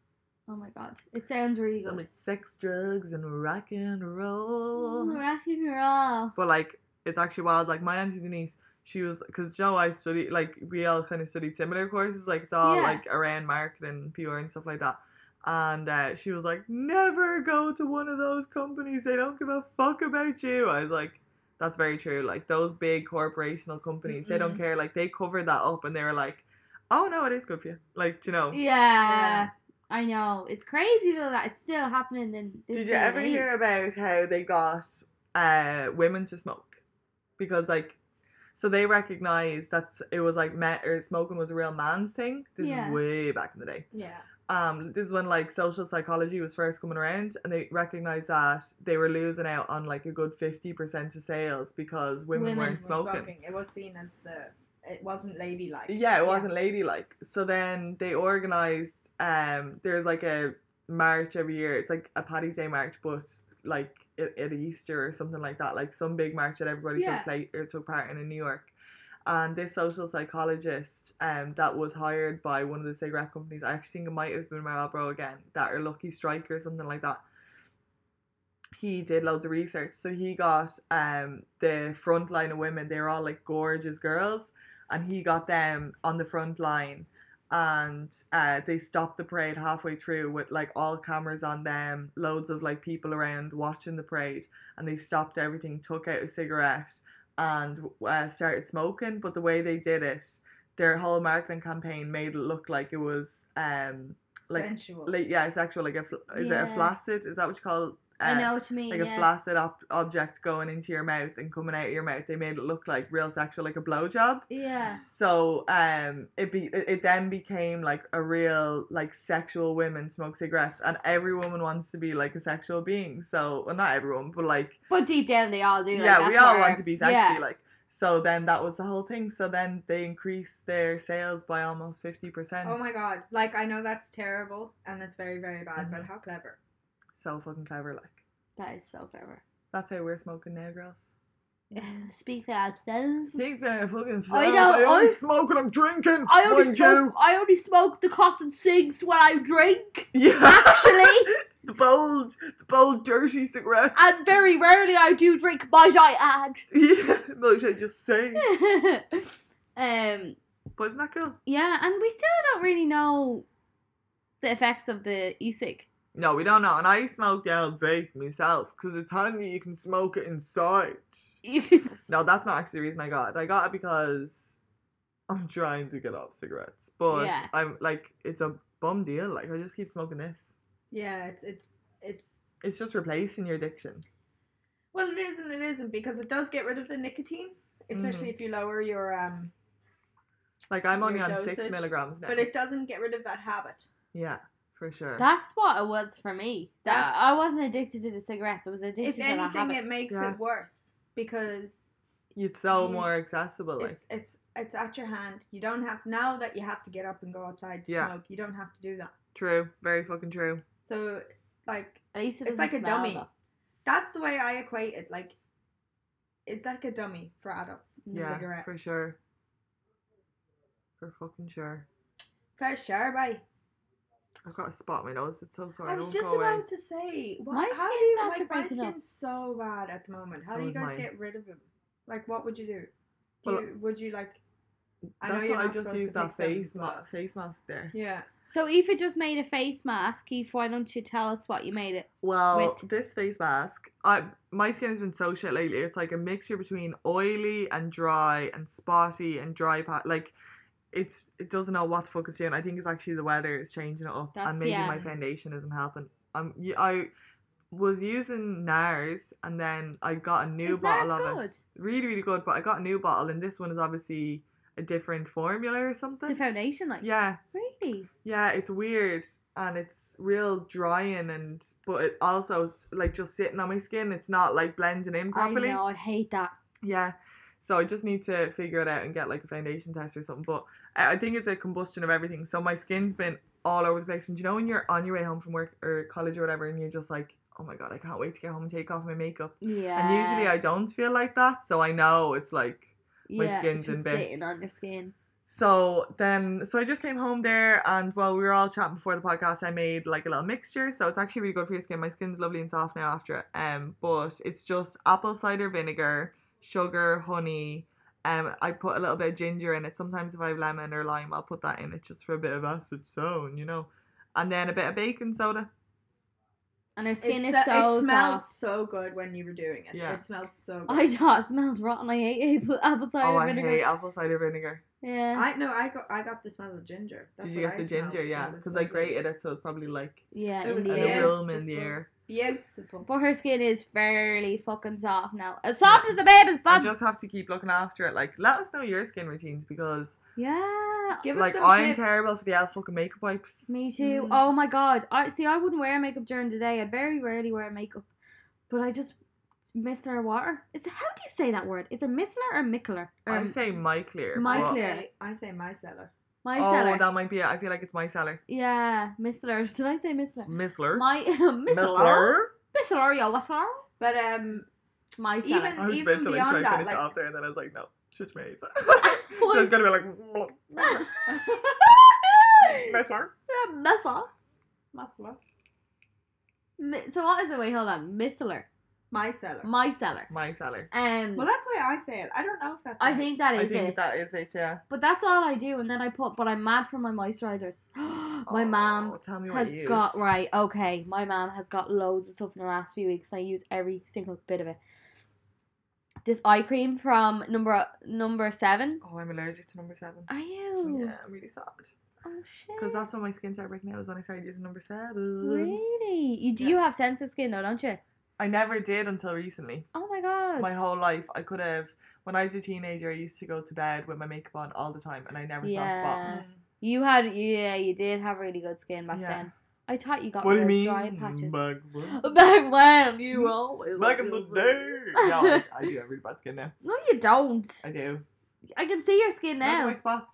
S3: Oh my god. It sounds really
S2: so
S3: good.
S2: it's sex, drugs, and rock and roll. "Oh."
S3: Rock and roll.
S2: But like it's actually wild. Like my auntie Denise, she was because you know I studied like we all kind of studied similar courses like it's all
S3: Yeah.
S2: like around marketing PR and stuff like that and uh, she was like never go to one of those companies they don't give a fuck about you I was like that's very true like those big corporational companies they don't care like they covered that up and they were like oh no it is good for you like you know
S3: Yeah,
S4: I know. It's crazy though that it's still happening in this
S2: Did you
S4: day and
S2: ever
S4: age.
S2: hear about how they got uh, women to smoke? Because like, so they recognized that it was like men or smoking was a real man's thing. This
S3: Yeah.
S2: is way back in the day.
S5: Yeah.
S2: Um, this is when like social psychology was first coming around, and they recognized that they were losing out on like a good fifty percent of sales because women,
S3: Women
S2: weren't
S5: It was
S2: smoking.
S5: smoking. It was seen as the. It wasn't ladylike.
S2: Yeah, it wasn't ladylike. So then they organized. Um, there's like a march every year. It's like a Paddy's Day march, but like at, at Easter or something like that. Like some big march that everybody
S3: Yeah.
S2: took play or took part in in New York. And this social psychologist, um, that was hired by one of the cigarette companies. I actually think it might have been Marlboro again, that or Lucky Strike or something like that. He did loads of research, so he got um the front line of women. They were all like gorgeous girls, and he got them on the front line and uh, they stopped the parade halfway through with like all cameras on them loads of like people around watching the parade and they stopped everything took out a cigarette and uh, started smoking but the way they did it their whole marketing campaign made it look like it was um like
S5: Sensual.
S2: like yeah it's actual like a fl- is it
S3: Yeah.
S2: a flaccid is that what you call uh,
S3: I know what you mean.
S2: like
S3: yeah.
S2: a flaccid ob- object going into your mouth and coming out of your mouth they made it look like real sexual like a blowjob
S3: yeah.
S2: so um, it be it, it then became like a real like sexual women smoke cigarettes, and every woman wants to be like a sexual being. So well, not everyone, but like
S3: But deep down, they all do. like,
S2: yeah,
S3: that's
S2: we all
S3: where-
S2: want to be sexy.
S3: Yeah.
S2: Like so, then that was the whole thing. So then they increased their sales by almost fifty percent.
S5: Oh my god. Like I know that's terrible and it's very very bad, but
S2: Mhm.
S5: how clever.
S2: So fucking clever, like
S3: That is so clever.
S2: that's how we're smoking now, girls.
S3: Speak for ourselves.
S2: Think that I fucking
S3: I
S2: smoke,
S3: know,
S2: I only
S3: I-
S2: smoke and I'm drinking.
S3: I only
S2: mind
S3: smoke. I only smoke the cotton cigs when I drink.
S2: you. Yeah,
S3: Actually,
S2: the bold, the bold, dirty cigarette.
S3: and very rarely I do drink. Might I add?
S2: Yeah, like I just say.
S3: um.
S2: But isn't that cool?
S3: Yeah, and we still don't really know the effects of the e-cig.
S2: No, we don't know. And I smoked out vape myself because it's handy you can smoke it inside. No, that's not actually the reason I got it. I got it because I'm trying to get off cigarettes. But
S3: Yeah.
S2: I'm like, it's a bum deal. Like, I just keep smoking this.
S5: Yeah, it's it's it's
S2: It's just replacing your addiction.
S5: well it is and it isn't because it does get rid of the nicotine, especially
S2: Mm-hmm.
S5: if you lower your um
S2: Like, I'm only
S5: Your
S2: on six
S5: dosage,
S2: milligrams now.
S5: but it doesn't get rid of that habit.
S2: yeah, for sure.
S3: That's what it was for me. That
S5: That's-
S3: I wasn't addicted to the cigarettes. I was addicted
S5: If
S3: to the
S5: anything
S3: habit.
S5: it makes
S2: Yeah.
S5: it worse because
S2: it's so
S5: you-
S2: more accessible. Like,
S5: it's it's it's at your hand. You don't have now that you have to get up and go outside to
S2: Yeah.
S5: smoke. You don't have to do that.
S2: true. Very fucking true.
S5: So like
S3: At least it
S5: it's
S3: doesn't
S5: like a
S3: smell,
S5: dummy.
S3: though.
S5: that's the way I equate it. Like it's like a dummy for adults. the
S2: Yeah,
S5: cigarette.
S2: for sure. For fucking sure.
S5: For sure, bye.
S2: I've got a spot on my nose. It's so sorry.
S5: I
S2: it
S5: was
S2: won't
S5: just
S2: go away.
S5: about to say, what,
S3: My
S5: how do
S3: skin's
S5: you
S3: actually
S5: like my
S3: breaking up.
S5: skin's so bad at the moment? How
S2: So
S5: do you
S2: is
S5: guys
S2: mine.
S5: get rid of them? Like, what would you do? Do
S2: Well,
S5: you, would you like? I know
S2: That's
S5: you're
S2: why I
S5: not
S2: just
S5: supposed to
S2: used that
S5: pick them,
S2: face ma-
S5: but-
S2: face mask there.
S5: Yeah,
S3: So Aoife just made a face mask. Aoife, why don't you tell us what you made it?
S2: Well,
S3: With-
S2: this face mask, I my skin has been so shit lately. It's like a mixture between oily and dry and spotty and dry pat. Like, it's it doesn't know what the fuck it's doing. I think it's actually the weather is changing it up,
S3: That's-
S2: and maybe
S3: yeah.
S2: my foundation isn't helping. Um, y- I was using NARS, and then I got a new
S3: Is NARS
S2: bottle of
S3: good?
S2: it. Really, really good. But I got a new bottle, and this one is obviously a different formula or
S3: The
S2: something.
S3: foundation, like
S2: yeah.
S3: really?
S2: Yeah, it's weird and it's real drying and but it also it's, like just sitting on my skin. It's not like blending in properly.
S3: I know. I hate that.
S2: Yeah. So I just need to figure it out and get like a foundation test or something. But I I think it's a combustion of everything. So my skin's been all over the place. And do you know when you're on your way home from work or college or whatever and you're just like, Oh my god, I can't wait to get home and take off my makeup.
S3: Yeah.
S2: And usually I don't feel like that, so I know it's like my skin's
S3: just
S2: in bits.
S3: sitting on your skin.
S2: so then, so I just came home there, and while we were all chatting before the podcast, I made like a little mixture. So it's actually really good for your skin. My skin's lovely and soft now after it. Um, but it's just apple cider vinegar, sugar, honey, Um, I put a little bit of ginger in it. Sometimes if I have lemon or lime, I'll put that in it just for a bit of acid sown, you know. And then a bit of baking soda.
S3: and her skin
S5: It
S3: is
S5: sa-
S3: so
S5: it smelled
S3: soft.
S5: so good when you were doing it.
S2: Yeah.
S5: It smelled so good.
S3: I thought it smelled rotten. I hate apple, apple cider
S2: oh, I
S3: vinegar.
S2: hate apple cider vinegar.
S3: Yeah.
S5: I no, I got I got the smell of ginger. That's
S2: Did you
S5: what
S2: get the
S5: I smelled.
S2: ginger? Yeah,
S5: It was
S2: because I
S5: lovely.
S2: grated it, so it's probably like
S3: yeah,
S5: It
S3: in
S5: was
S3: the
S2: an
S5: Yeah.
S3: air.
S2: aroma in the
S5: Beautiful.
S2: air.
S5: Beautiful.
S3: But her skin is fairly fucking soft now. As soft as a baby's
S2: I
S3: bum.
S2: just have to keep looking after it. Like, let us know your skin routines because,
S3: yeah.
S5: Give us
S2: like,
S5: some
S2: I'm
S5: tips.
S2: terrible for the elf fucking makeup wipes.
S3: Me
S5: Mm.
S3: too. Oh my god. I see. I wouldn't wear makeup during the day. I very rarely wear makeup, but I just micellar water. It's how do you say that word? Is it micellar or mickler? Or
S2: I say my clear.
S3: My
S5: I
S2: but-
S3: Clear.
S5: say, I say my cellar.
S3: micellar.
S2: Oh, that might be it. I feel like it's my cellar.
S3: yeah, micellar. Did I say micellar?
S2: Missler.
S3: My micellar.
S2: Missler.
S3: Micellar. Yeah, what's wrong?
S5: But um,
S3: Micellar.
S2: I was
S5: Even
S2: meant to like try
S5: beyond
S2: to
S5: that,
S2: finish it
S5: like-
S2: off there, and then I was like, no, shit me.
S3: What?
S2: It's gonna be like mm, Missler.
S3: Uh, Micellar.
S5: muscle.
S3: Mi- So what is it? Wait, hold on. Micellar.
S5: My cellar.
S3: Micellar.
S2: My cellar.
S3: Um.
S5: well, that's why I say it. I don't know if that's.
S3: I
S5: right.
S3: think that is
S2: I think
S3: it.
S2: that is it. Yeah.
S3: But that's all I do, and then I put. But I'm mad for my moisturizers. my mom
S2: Oh, Tell me what
S3: has
S2: you
S3: got
S2: use.
S3: right. Okay, my mom has got loads of stuff in the last few weeks. and I use every single bit of it. This eye cream from number number seven.
S2: Oh, I'm allergic to number seven.
S3: Are you?
S2: Yeah, I'm really sad.
S3: Oh
S2: Because
S3: shit!
S2: that's when my skin started breaking out. Was when I started using number seven.
S3: really, you do
S2: Yeah.
S3: you have sensitive skin though, don't you?
S2: I never did until recently.
S3: Oh my god!
S2: My whole life, I could have. When I was a teenager, I used to go to bed with my makeup on all the time, and I never saw a
S3: Yeah.
S2: spot.
S5: Mm.
S3: you had yeah, you did have really good skin back
S2: Yeah.
S3: then. I thought you got
S2: What do you
S3: rid
S2: mean?
S3: of dry patches.
S2: Back,
S3: Back when you always
S2: back in the day. no, I, I do have really bad skin now.
S3: No, you don't.
S2: I do.
S3: I can see your skin
S2: Look at
S3: now.
S2: my spots.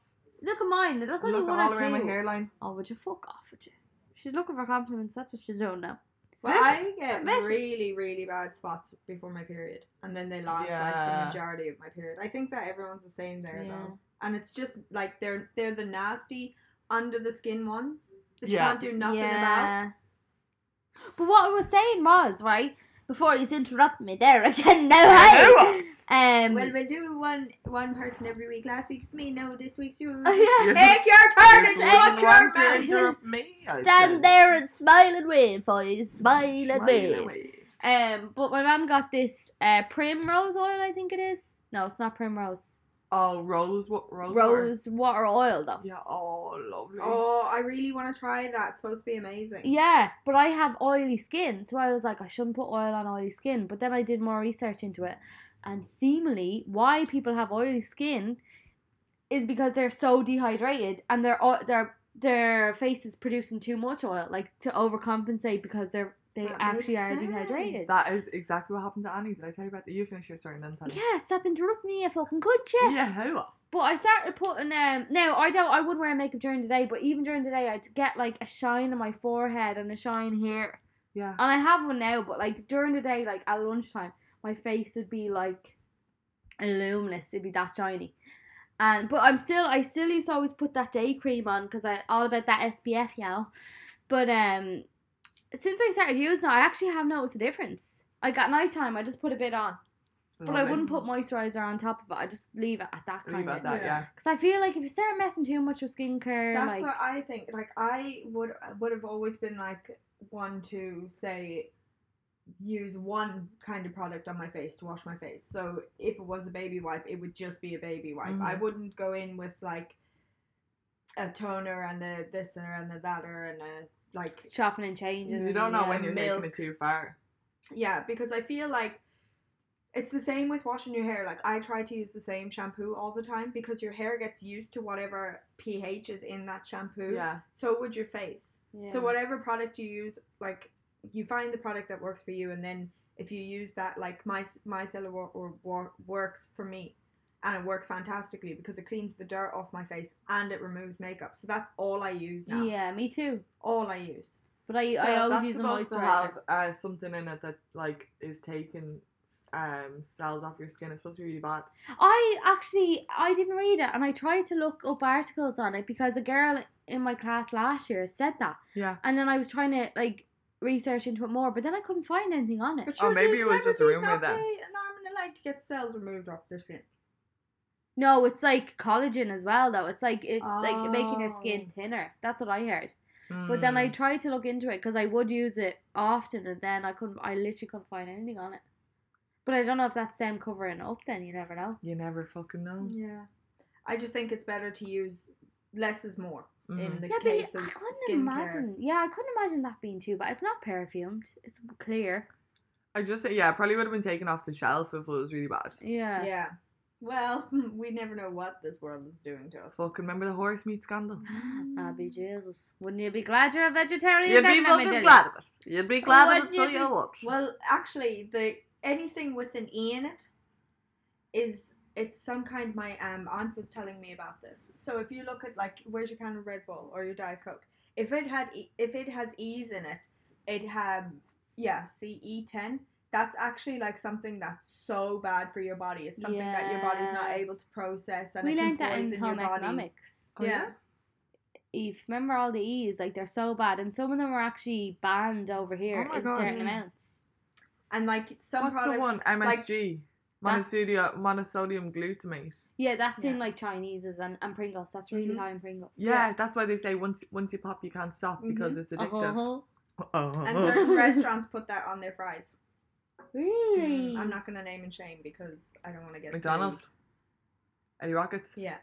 S3: Look at mine. That's only
S2: Look
S3: one
S2: all
S3: or
S2: around my
S3: two.
S2: hairline.
S3: Oh, would you fuck off? Would you? She's looking for compliments. That's what she's doing now.
S5: Well, I get
S3: Measure.
S5: really, really bad spots before my period, and then they last
S2: Yeah.
S5: like the majority of my period. I think that everyone's the same there
S3: Yeah.
S5: though, and it's just like they're they're the nasty under the skin ones that
S2: Yeah.
S5: you can't do nothing about.
S3: But what I was saying was right before you interrupt me there again. Now, hey. Um.
S5: Well, we'll do one one person every week. Last week's me, no, this week's you.
S3: Oh, yeah.
S2: Yes.
S5: Take your turn and
S2: There's
S5: shut
S2: one
S5: your
S2: wrong
S5: mouth.
S2: turn to up me. I said.
S3: Stand there and smile and wave for you. Smile and
S2: Smile
S3: wave.
S2: and wave.
S3: Um. But my mum got this uh primrose oil. I think it is. No, it's not primrose.
S2: Oh, rose, what rose? water.
S3: Rose water oil though.
S2: Yeah. Oh, lovely.
S5: Oh, I really want to try that. It's supposed to be amazing.
S3: Yeah, but I have oily skin, so I was like, I shouldn't put oil on oily skin. But then I did more research into it, and seemingly, why people have oily skin is because they're so dehydrated and their o- their their face is producing too much oil, like to overcompensate because they're they
S5: That
S3: actually
S5: makes
S3: are
S5: sense.
S3: dehydrated.
S2: That is exactly what happened to Annie. Did I tell you about that? You finish your story and then tell me.
S3: yeah, stop interrupting me, I fucking could you?
S2: Yeah. How?
S3: But I started putting um no, I don't I would wear makeup during the day, but even during the day I'd get like a shine on my forehead and a shine here
S2: Yeah.
S3: And I have one now, but like during the day, like at lunchtime, my face would be like luminous. It'd be that shiny. And but I'm still I still used to always put that day cream on because I all about that SPF, y'all. But um, since I started using it, I actually have noticed a difference. Like at night time, I just put a bit on, but I
S2: Lovely.
S3: wouldn't put moisturizer on top of it. I just leave it at that
S2: Leave
S3: kind
S2: it at
S3: of.
S2: that. Yeah.
S5: Yeah.
S3: Because I feel like if you start messing too much with skincare,
S5: That's
S3: like
S5: what I think. Like I would would have always been like one to say use one kind of product on my face to wash my face. So if it was a baby wipe, it would just be a baby wipe. I
S2: Mhm.
S5: wouldn't go in with like a toner and a this and a that or and a like
S3: chopping and changing.
S2: You don't know
S3: yeah.
S2: when you're
S5: milk.
S2: taking it too far.
S5: yeah, because I feel like it's the same with washing your hair. Like I try to use the same shampoo all the time because your hair gets used to whatever pH is in that shampoo.
S2: Yeah.
S5: So would your face.
S3: Yeah.
S5: So whatever product you use, like you find the product that works for you, and then if you use that, like my my cellar wa- or wa- works for me, and it works fantastically because it cleans the dirt off my face and it removes makeup. So that's all I use now.
S3: Yeah, me too.
S5: All I use.
S3: But I,
S2: So
S3: I always
S2: that's
S3: use a
S2: supposed to
S3: moisturizer.
S2: have uh, something in it that like is taking um cells off your skin. It's supposed to be really bad.
S3: I actually I didn't read it and I tried to look up articles on it because a girl in my class last year said that.
S2: Yeah.
S3: And then I was trying to like research into it more, but then I couldn't find anything on it.
S5: But
S2: Oh,
S5: sure,
S2: maybe
S5: do
S2: it was just a
S5: celebrities
S2: rumor
S5: not
S2: then.
S5: pay An arm and a leg to get cells removed off their skin.
S3: No, it's like collagen as well though. It's like it like making your skin
S5: Oh.
S3: thinner. That's what I heard.
S2: Mm.
S3: But then I tried to look into it because I would use it often, and then I couldn't. I literally couldn't find anything on it. But I don't know if that's them covering up. Then you never know.
S2: You never fucking
S3: Mm.
S2: know.
S5: Yeah. I just think it's better to use less is more in
S2: Mhm.
S5: the
S3: yeah, but
S5: case
S3: I
S5: of
S3: couldn't
S5: skincare.
S3: imagine. Yeah, I couldn't imagine that being too bad. It's not perfumed. It's clear.
S2: I just yeah, it probably would have been taken off the shelf if it was really bad.
S3: Yeah.
S5: Yeah. Well, we never know what this world is doing to us.
S2: Fucking remember the horse meat scandal?
S5: Ah, Mm.
S3: I'd be Jesus. Mm. Wouldn't you be glad you're a vegetarian?
S2: You'd
S3: then,
S2: be
S3: let me
S2: fucking
S3: tell you?
S2: glad of it. You'd be glad of it,
S5: Would
S2: so
S5: you
S2: you
S5: be-
S2: would.
S5: Well, actually, the anything with an e in it is it's some kind. My um aunt was telling me about this. So if you look at like where's your can of Red Bull or your Diet Coke, if it had E- if it has e's in it, it had yeah C E ten. That's actually like something that's so bad for your body. It's something that your body's not
S3: Yeah.
S5: able to process, and
S3: We
S5: it can
S3: learned that in
S5: poison
S3: home
S5: your body.
S3: economics.
S2: Oh,
S5: yeah.
S3: Eve, remember all the E's? Like they're so bad, and some of them are actually banned over here
S2: my
S3: in
S2: God,
S3: certain
S5: yeah.
S3: amounts.
S5: and like some
S2: What's
S5: products.
S2: the one?
S5: like-
S2: MSG. monosodium, monosodium glutamate.
S3: Yeah, that's in
S5: Yeah.
S3: like Chinese's and, and Pringles. That's really
S5: Mhm.
S3: high in Pringles.
S2: Yeah, that's why they say once once you pop, you can't stop because it's addictive.
S5: Uh-huh.
S3: Oh,
S5: And
S2: Uh-huh.
S5: certain restaurants put that on their fries.
S3: really?
S5: Mm, I'm not gonna name and shame because I don't want to get
S2: McDonald's.
S5: sued.
S2: Eddie Rockets.
S5: Yeah.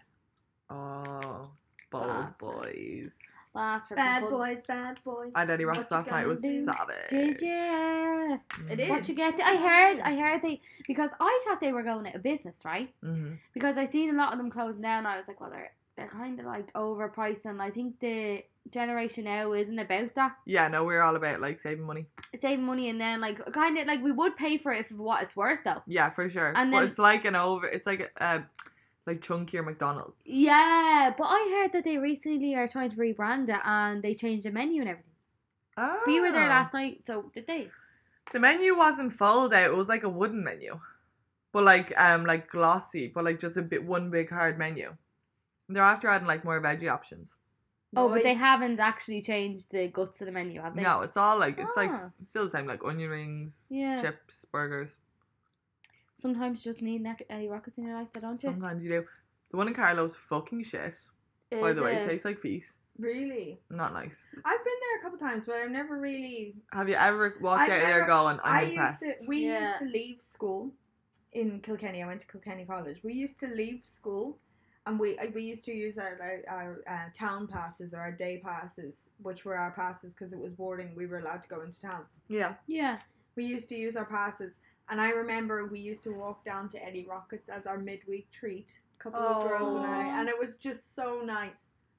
S2: Oh, bold
S3: Bastards.
S2: boys.
S3: Last
S5: Bad boys, bad boys.
S2: I had Eddie Rockets
S5: What
S2: last
S5: you
S2: night. It
S5: gonna
S2: was
S5: do?
S2: savage. Mm-hmm.
S3: Did you?
S5: It is.
S3: What you get? I heard. I heard they because I thought they were going out of business, right?
S2: Mm-hmm.
S3: Because I seen a lot of them closing down. I was like, well, they're they're kind of like overpriced, and I think the generation now isn't about that.
S2: Yeah, no, we're all about like saving money.
S3: saving money and then like kind of like we would pay for it for what it's worth though.
S2: Yeah, for sure.
S3: And
S2: but
S3: then-
S2: it's like an over. It's like a uh, like chunkier McDonald's.
S3: Yeah, but I heard that they recently are trying to rebrand it and they changed the menu and everything.
S2: Oh.
S3: We were there last night, so did they?
S2: The menu wasn't fold out. It was like a wooden menu, but like um like glossy, but like just a bit one big hard menu. And they're after adding like more veggie options.
S3: Oh, but they
S5: Boys.
S3: haven't actually changed the guts of the menu, have they?
S2: No, it's all like it's like
S3: Ah.
S2: s- still the same like onion rings,
S3: Yeah.
S2: chips, burgers.
S3: Sometimes you just need neck- any rockets in your life, though, don't you?
S2: Sometimes you do. The one in Carlo's fucking shit. by
S3: Is uh,
S2: the way,
S3: it-
S2: it tastes like feet.
S5: Really?
S2: Not nice.
S5: I've been there a couple times, but I've never really.
S2: Have you ever walked
S5: I've
S2: out
S5: never-
S2: there going, I'm
S5: i
S2: impressed?
S5: used to. We
S3: Yeah.
S5: used to leave school in Kilkenny. I went to Kilkenny College. We used to leave school, and we uh, we used to use our like, our uh, town passes or our day passes, which were our passes because it was boarding. We were allowed to go into town.
S2: Yeah.
S3: Yeah.
S5: We used to use our passes, and I remember we used to walk down to Eddie Rockets as our midweek treat. A couple of girls and
S3: Aw.
S5: I, and it was just so nice.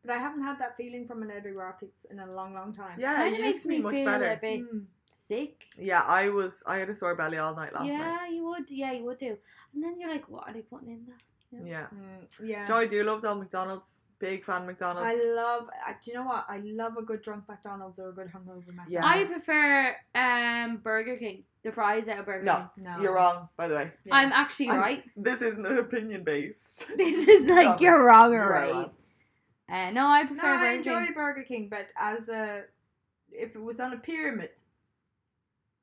S5: But I haven't had that feeling from an Eddie Rockets in a long, long time.
S2: Yeah,
S3: Kind
S2: it
S3: of
S2: used
S3: makes
S2: to be
S3: me
S2: much
S3: feel
S2: better.
S3: a bit
S5: Mm.
S3: sick.
S2: Yeah, I was. I had a sore belly all night last
S3: yeah,
S2: night.
S3: you would. Yeah, you would do. And then you're like, what are they putting in there?
S2: Yeah.
S5: Mm, yeah.
S2: So I do love Donald McDonald's. Big fan of McDonald's.
S5: I love. I, do you know what? I love a good drunk McDonald's or a good hungover McDonald's.
S2: Yeah.
S3: I prefer um Burger King. The fries out of Burger
S2: No.
S3: King.
S5: No.
S2: You're wrong, by the way.
S5: Yeah.
S3: I'm actually
S2: I'm-
S3: right.
S2: This isn't an opinion based.
S3: This is like
S2: Okay.
S3: you're wrong
S2: You
S3: or
S2: are
S3: right.
S2: wrong.
S3: Uh, no, I
S5: No,
S3: prefer
S5: I
S3: Burger
S5: enjoy
S3: King.
S5: Burger King, but as a if it was on a pyramid,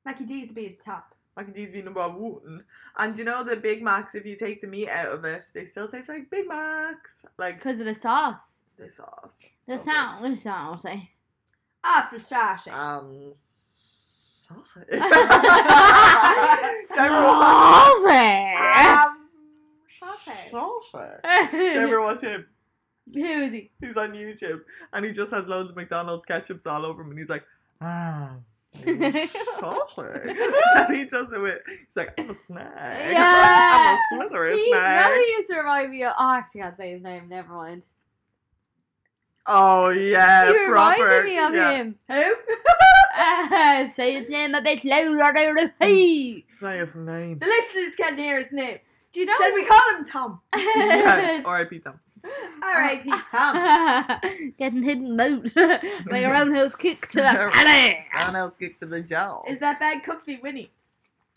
S5: Mackie D's would be at the top.
S2: Mac and cheese be number one. And you know the Big Macs, if you take the meat out of it, they still taste like Big Macs. Like
S3: Because of the sauce.
S2: the sauce.
S3: The
S2: So
S3: sound. The sound. eh?
S5: After sashing.
S2: good. Um, sausage.
S3: Sauce, eh?
S5: Um, okay.
S2: Sausage. Do you
S3: Who
S2: ever watch him?
S3: is he?
S2: He's on YouTube and he just has loads of McDonald's ketchups all over him and he's like, ah. Sausage. and he does it with, he's like, I'm a snack. I'm
S3: Yeah.
S2: a slithery
S3: He,
S2: snack.
S3: now he used to remind me of. Oh, I actually can't say his name. Never mind.
S2: Oh, yeah.
S3: you
S2: proper.
S3: reminded me of
S2: yeah.
S3: him.
S5: Who?
S3: Uh, say his name a bit
S2: Mm.
S3: louder. Hey.
S2: Say his name.
S5: The listeners can hear his name.
S3: Do you know?
S5: Should we call him Tom?
S2: yeah, R.I.P. Tom.
S5: R.I.P.
S3: Uh,
S5: Tom.
S3: Getting hidden moat by your own house kicked to the alley.
S2: And I was kicked to the jail.
S5: Is that bad comfy Winnie?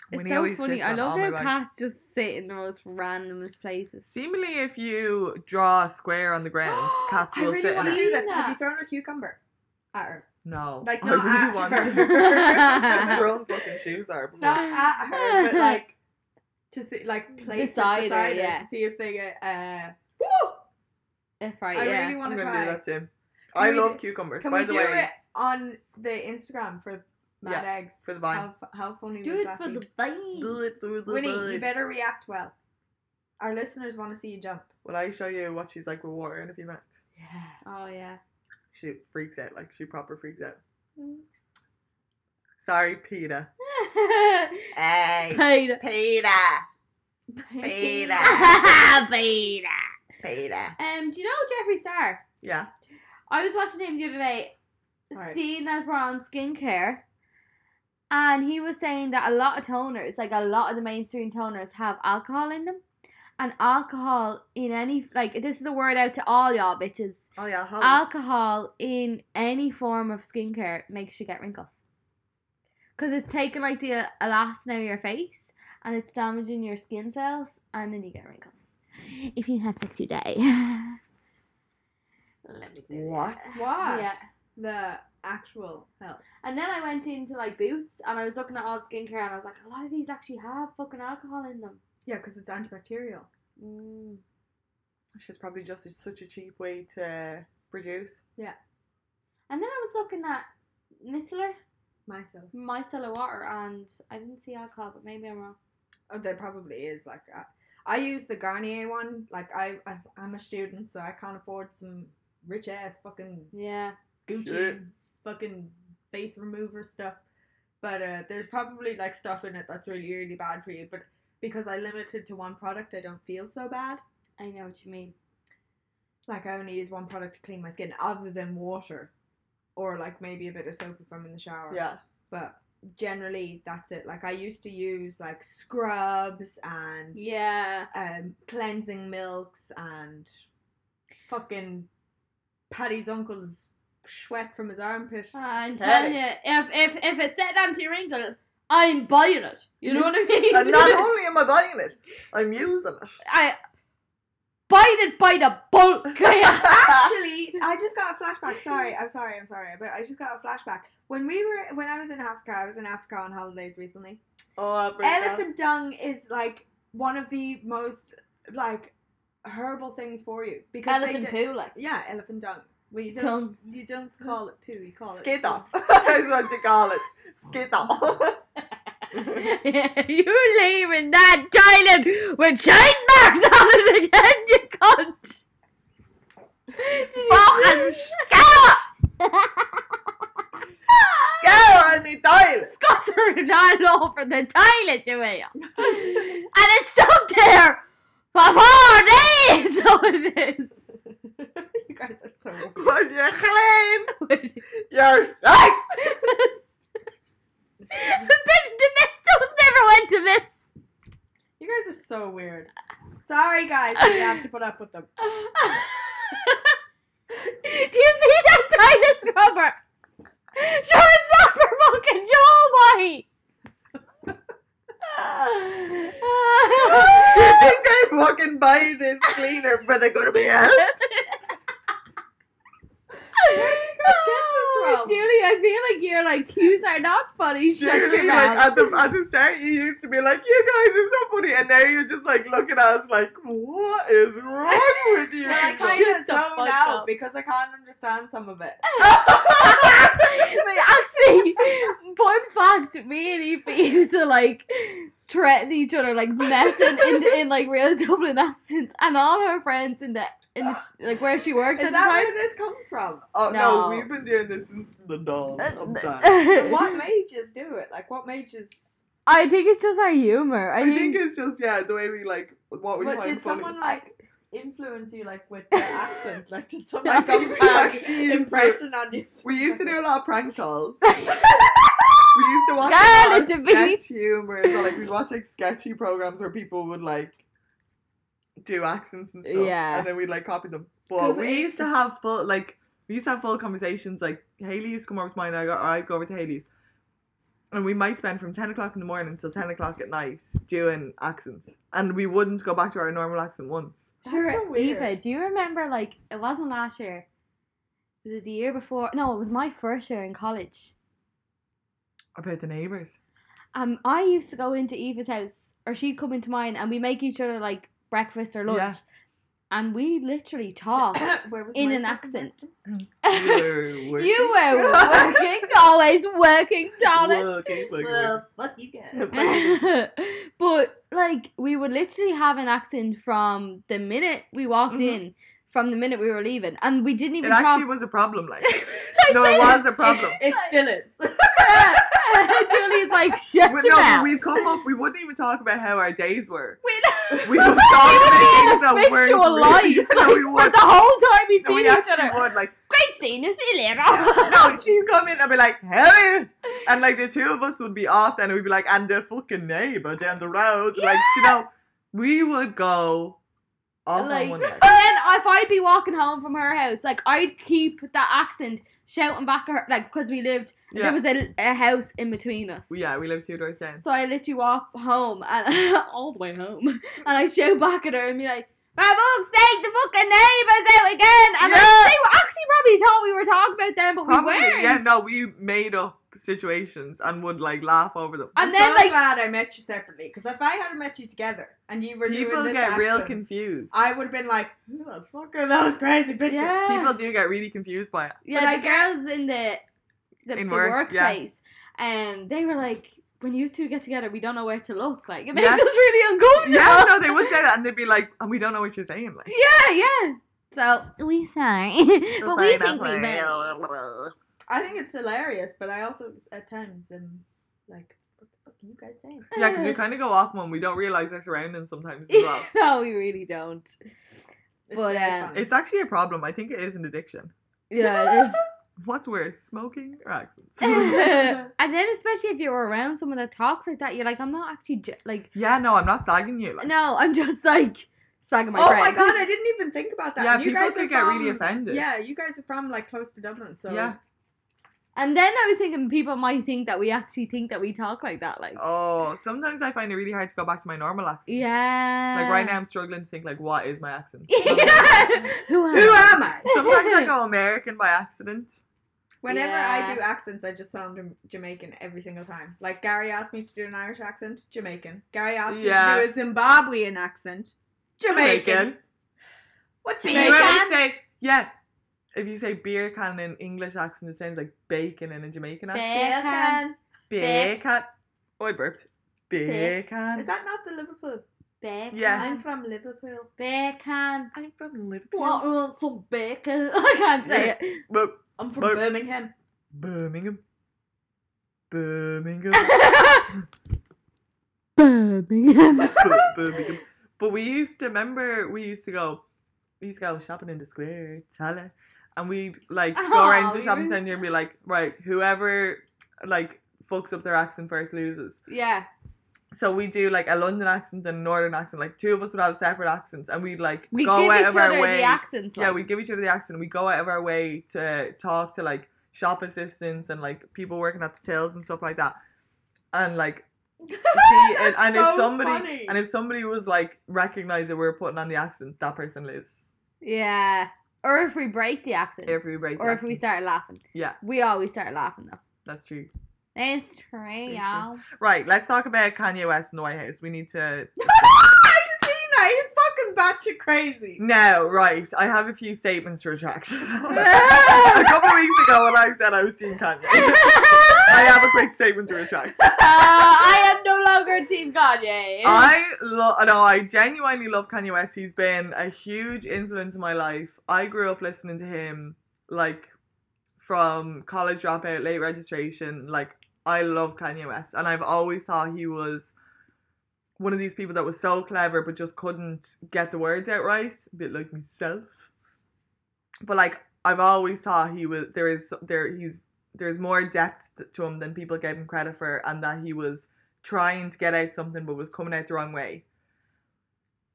S2: When
S3: It's
S2: he
S3: so
S2: always
S3: funny.
S2: sits
S3: I
S2: on
S3: love
S2: all my
S3: how
S2: bags.
S3: cats just sit in the most randomest places.
S2: Seemingly, if you draw a square on the ground, cats
S5: I
S2: will
S5: really
S2: sit in
S5: want to
S2: it.
S5: do
S3: it.
S5: this. Have
S3: Yeah.
S5: you thrown a cucumber? At her.
S2: No.
S5: Like,
S2: I
S5: not
S2: really
S5: at
S2: want
S5: her.
S2: to. I've thrown fucking shoes at her before.
S5: Not at her, but like to see like place it
S3: cider,
S5: beside her
S3: Mm, yeah.
S5: to see if they get uh woo!
S3: If right,
S5: I
S3: yeah.
S5: really
S2: I'm
S5: want to
S2: gonna
S5: try.
S2: do that soon. I
S5: we
S2: love
S5: do-
S2: cucumbers.
S5: Can
S2: By
S5: we
S2: the
S5: do
S2: way,
S5: it on the Instagram for Mad Eggs?
S2: for the vine.
S5: How, how funny
S3: Do
S5: would
S3: it
S5: that
S3: for
S5: be?
S3: the vine.
S2: Do it through the
S5: Winnie, you
S2: vine.
S5: better react well. Our listeners want to see you jump.
S2: Will I show you what she's like with water in a few minutes?
S5: Yeah.
S3: Oh yeah.
S2: She freaks out. Like she proper freaks out. Mm. Sorry, Peter. Hey,
S3: Peter.
S2: Peter.
S3: Peter.
S2: Peter.
S3: Um, do you know Jeffree Star?
S2: Yeah.
S3: I was watching him the other day,
S5: Right.
S3: seeing as we're on skincare, and he was saying that a lot of toners, like a lot of the mainstream toners, have alcohol in them. And alcohol in any, like, this is a word out to all y'all bitches.
S2: Oh yeah. Hollis.
S3: Alcohol in any form of skincare makes you get wrinkles. Because it's taking, like, the elastin out of your face, and it's damaging your skin cells, and then you get wrinkles. If you have sex today. Let me do that.
S2: What?
S5: What?
S3: Yeah.
S5: The actual help.
S3: And then I went into like Boots and I was looking at all the skincare and I was like, a lot of these actually have fucking alcohol in them.
S5: Yeah, because it's antibacterial.
S3: Mm.
S2: She's probably just such a cheap way to produce.
S3: And then I was looking at micellar,
S5: Myself.
S3: micellar water, and I didn't see alcohol, but maybe I'm wrong.
S5: Oh, there probably is. Like, I, I use the Garnier one. Like, I, I, I'm a student, so I can't afford some rich ass fucking
S3: Yeah.
S5: Gucci
S2: Shit.
S5: fucking face remover stuff. But uh, there's probably like stuff in it that's really really bad for you. But because I limited to one product, I don't feel so bad.
S3: I know what you mean.
S5: Like I only use one product to clean my skin, other than water, or like maybe a bit of soap if I'm in the shower.
S2: Yeah.
S5: But generally, that's it. Like I used to use like scrubs and
S3: Yeah.
S5: um, cleansing milks and fucking Paddy's uncle's sweat from his armpit.
S3: I'm
S2: Tell
S3: telling
S2: it.
S3: you, if, if, if it's set onto your wrinkle, I'm buying it. You know what I mean?
S2: And not only am I buying it, I'm using it.
S3: I buy it by the bulk.
S5: actually, I just got a flashback. Sorry, I'm sorry, I'm sorry, but I just got a flashback. When we were, when I was in Africa, I was in Africa on holidays recently.
S2: Oh, I break down.
S5: Elephant dung is like one of the most like herbal things for you because they
S3: Elephant
S5: do-
S3: poo, like.
S5: Yeah, elephant dung. Well, you don't,
S3: Dung.
S5: you don't
S3: Mm.
S5: call it poo. You call
S2: Skitter.
S5: it
S2: That's what you call it. Skitter.
S3: you leaving that toilet with shine marks on it again, you cunt!
S2: Fucking scour! Scour on me toilet!
S3: Scuttering all over the toilet, you will. and it's stuck there for four days! So it is.
S5: you guys are so. weird.
S2: Would you clean your shite?
S3: Bitch, the mistos never went to miss.
S5: You guys are so weird. Sorry, guys, that you have to put up with them.
S3: Do you see that toilet scrubber? Sure, it's not for fucking Joel White.
S2: Do you think I fucking buy this cleaner for the good of my health?
S3: Oh,
S5: from?
S3: Julie, I feel like you're like cues are not funny. Shut your
S2: Julie, like
S3: mouth.
S2: at the at the start, you used to be like, "You guys, it's so funny," and now you're just like looking at us like, "What is wrong with you?"
S5: Well, I
S3: Shut
S5: kind
S3: the
S5: of
S3: fuck
S5: zone out
S3: up.
S5: because I can't understand some of it.
S3: Wait, actually, fun fact: me and Eva used to like threaten each other, like messing in, in like real Dublin accents, and all her friends in the in the, sh- like where she worked
S5: Is
S3: at
S5: that
S3: the
S5: where this comes from?
S2: oh no.
S3: No.
S2: we've been doing this since the dawn of
S3: time.
S2: time.
S5: What mages do it? Like, what mages?
S3: I think it's just our humor. I,
S2: I think
S3: think,
S2: it's just yeah, the way we like what we
S5: But
S2: find
S5: did
S2: funny.
S5: someone like influence you like with their accent? Like, did someone
S2: I
S5: like
S2: think
S5: a
S2: we
S5: bad
S2: actually used to-
S5: impression on you?
S2: we used to do a lot of prank calls. we used to watch
S3: Girl,
S2: a lot of
S3: it's a
S2: sketch
S3: bee.
S2: humor. So like we'd watch like sketchy programs where people would like do accents and stuff.
S3: Yeah.
S2: And then we'd like copy them. But
S5: 'Cause
S2: we
S5: it-
S2: used to have full like we used to have full conversations. Like Haley used to come over to mine, I go or I'd go over to Haley's. And we might spend from ten o'clock in the morning till ten o'clock at night doing accents. And we wouldn't go back to our normal accent once.
S5: That's so
S3: Sure,
S5: weird.
S3: Eva, do you remember like it wasn't last year? Was it the year before? No, it was my first year in college.
S2: About the neighbours.
S3: Um, I used to go into Eva's house or she'd come into mine and we make each other like breakfast or lunch.
S2: Yeah.
S3: And we literally talk.
S5: Where was
S3: In
S5: my
S3: an
S5: fucking
S3: accent.
S5: breakfast?
S2: You were
S3: You were working, always working, darling.
S2: working, working,
S5: Well, fuck you guys.
S3: but like we would literally have an accent from the minute we walked
S2: Mhm.
S3: in, from the minute we were leaving, and we didn't
S2: working.
S3: even
S2: It actually
S3: talk.
S2: was a problem. Like, no, it was a problem.
S5: It still is.
S3: Julie's like, shut
S2: We,
S3: your
S2: no,
S3: mouth.
S2: we come up. We wouldn't even talk about how our days were.
S3: We-
S2: We would talk
S3: would be
S2: about
S3: in a
S2: things that weren't
S3: fictional
S2: real.
S3: life,
S2: Yeah, no, we
S3: But
S2: would.
S3: the whole time we
S2: No,
S3: seen
S2: we
S3: each
S2: actually
S3: other.
S2: would. Like,
S3: Great scene, you see you later.
S2: no, she'd come in and be like, "How are you?" And like the two of us would be off, and we'd be like, "And the fucking neighbor down the road." Like, you know, we would go off
S3: Like-
S2: on one leg.
S3: And then if I'd be walking home from her house, like I'd keep that accent shouting back at her, like because we lived
S2: Yeah,
S3: there was a, a house in between us.
S2: yeah, we live two doors down.
S3: So I literally walk home and all the way home, and I shout back at her and be like, "For fuck's sake, the fucking neighbours out again!" And like,
S2: Yeah.
S3: they were actually probably thought we were talking about them, but
S2: Probably,
S3: we weren't.
S2: yeah. No, we made up situations and would like laugh over them.
S3: And
S5: I'm
S3: then
S5: so
S3: like
S5: glad I met you separately because if I had met you together and you were
S2: People
S5: doing this
S2: get real
S5: accent,
S2: confused.
S5: I would have been like, "Who the fuck are those crazy bitches?"
S3: yeah,
S2: People do get really confused by it.
S3: yeah,
S5: but I
S3: the
S5: get-
S3: girls in the the,
S2: In
S3: the
S2: work, yeah.
S3: workplace, and they were like, "When you two get together, we don't know where to look. Like it makes
S2: Yeah.
S3: us really uncomfortable."
S2: Yeah, no, they would say that, and they'd be like, "And we don't know what you're saying." Like,
S3: Yeah, yeah. So we sorry, but we think we will.
S2: will.
S5: I think it's hilarious, but I also at times am like, "What the fuck are you guys saying?"
S2: Yeah, because we kind of go off one. We don't realize our surroundings sometimes as well.
S3: no, we really don't.
S5: It's
S3: But,
S5: very
S3: um,
S5: funny.
S2: It's actually a problem. I think it is an addiction.
S3: Yeah.
S2: What's worse, smoking or accents?
S3: and then especially if you're around someone that talks like that, you're like, I'm not actually j- like,
S2: yeah, no, I'm not slagging you. Like,
S3: no, I'm just like slagging my
S5: oh
S3: friend.
S5: my god, I didn't even think about that.
S2: yeah,
S5: And you
S2: people
S5: guys
S2: could
S5: are
S2: get really
S5: from-
S2: offended.
S5: Yeah, you guys are from like close to Dublin, so
S2: Yeah.
S3: And then I was thinking people might think that we actually think that we talk like that, like,
S2: Oh, sometimes I find it really hard to go back to my normal accent.
S3: yeah.
S2: Like right now, I'm struggling to think like, what is my accent?
S3: yeah. Who am
S5: who
S3: I?
S5: am I?
S2: Sometimes I go American by accident.
S5: Whenever
S3: Yeah.
S5: I do accents, I just sound Jam- Jamaican every single time. Like Gary asked me to do an Irish accent, Jamaican. Gary asked
S2: Yeah.
S5: me to do a Zimbabwean accent, Jamaican. What
S3: Beer
S2: You
S5: Jamaican?
S2: ever
S3: can?
S2: say yeah? If you say beer can in an English accent, it sounds like bacon in a Jamaican accent.
S3: Beer can.
S2: Beer can. Oh, I burped. Beer can.
S5: Is that not the Liverpool?
S3: Bacon.
S2: Yeah.
S5: I'm from Liverpool.
S3: Bacon.
S2: I'm from Liverpool.
S3: What wants some bacon? I can't say
S2: Yeah.
S3: it.
S2: Well,
S5: I'm from
S2: But-
S5: Birmingham.
S2: Birmingham. Birmingham.
S3: Birmingham.
S2: Bu- Birmingham. But we used to remember we used to go we used to go shopping in the square, tala. And we'd like go
S3: Oh,
S2: around the
S3: we
S2: shopping
S3: were-
S2: centre and be like, right, whoever like fucks up their accent first loses.
S3: Yeah.
S2: So we do like a London accent and a Northern accent. Like two of us would have separate accents, and we'd like
S3: We
S2: go
S3: give
S2: out
S3: each
S2: of
S3: other
S2: our way.
S3: the accents.
S2: yeah,
S3: like.
S2: we give each other the accent. We go out of our way to talk to like shop assistants and like people working at the tills and stuff like that. And like, see, and, and if
S5: so
S2: somebody
S5: funny.
S2: and if somebody was like recognized that we were putting on the accent, that person lives
S3: Yeah. Or if we break the accent.
S2: every break.
S3: or if we start laughing.
S2: Yeah.
S3: We always start laughing though.
S2: that's true.
S3: It's true,
S2: It's
S3: y'all.
S2: Right, let's talk about Kanye West and the White House. We need to
S5: Tina, you fucking batshit crazy.
S2: No, right. I have a few statements to retract. a couple of weeks ago, when I said I was Team Kanye, I have a quick statement to retract.
S3: Uh, I am no longer Team Kanye.
S2: I love, no, I genuinely love Kanye West. He's been a huge influence in my life. I grew up listening to him, like from college dropout, late registration. Like, I love Kanye West, and I've always thought he was one of these people that was so clever but just couldn't get the words out right. A bit like myself. But like, I've always thought he was there is there he's there's more depth to him than people gave him credit for, and that he was trying to get out something but was coming out the wrong way.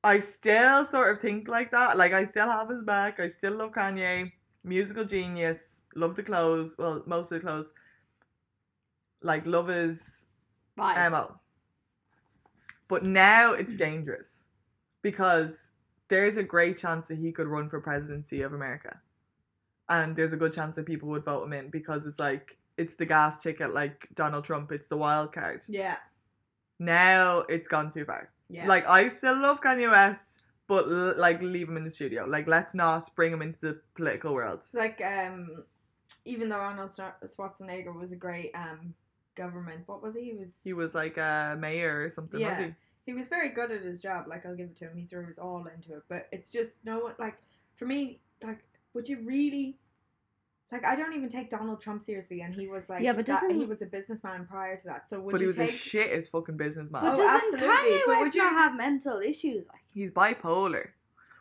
S2: I still sort of think like that. Like I still have his back. I still love Kanye. Musical genius. Love the clothes. Well, most of the clothes. Like love his
S3: Bye.
S2: ammo. But now it's dangerous because there's a great chance that he could run for presidency of America. And there's a good chance that people would vote him in because it's like it's the gas ticket like Donald Trump, it's the wild card
S5: Yeah.
S2: Now it's gone too far.
S5: Yeah.
S2: Like I still love Kanye West, but l- like leave him in the studio. Like let's not bring him into the political world.
S5: It's like um, even though Arnold Schwar- Schwarzenegger was a great um government, what was he? He was
S2: He was like a mayor or something,
S5: Yeah.
S2: was
S5: he was very good at his job. Like I'll give it to him, he threw his all into it. But it's just no one like for me like would you really like I don't even take Donald Trump seriously, and he was like
S3: Yeah, but
S5: that-
S3: doesn't
S5: he
S3: he-
S5: was a businessman prior to that. So would
S2: he? But he
S5: you
S2: was
S5: take
S2: a shit as fucking businessman.
S3: But
S5: Oh,
S3: doesn't
S5: absolutely,
S3: Kanye
S5: but would
S3: West
S5: you-
S3: not have mental issues? Like,
S2: He's bipolar,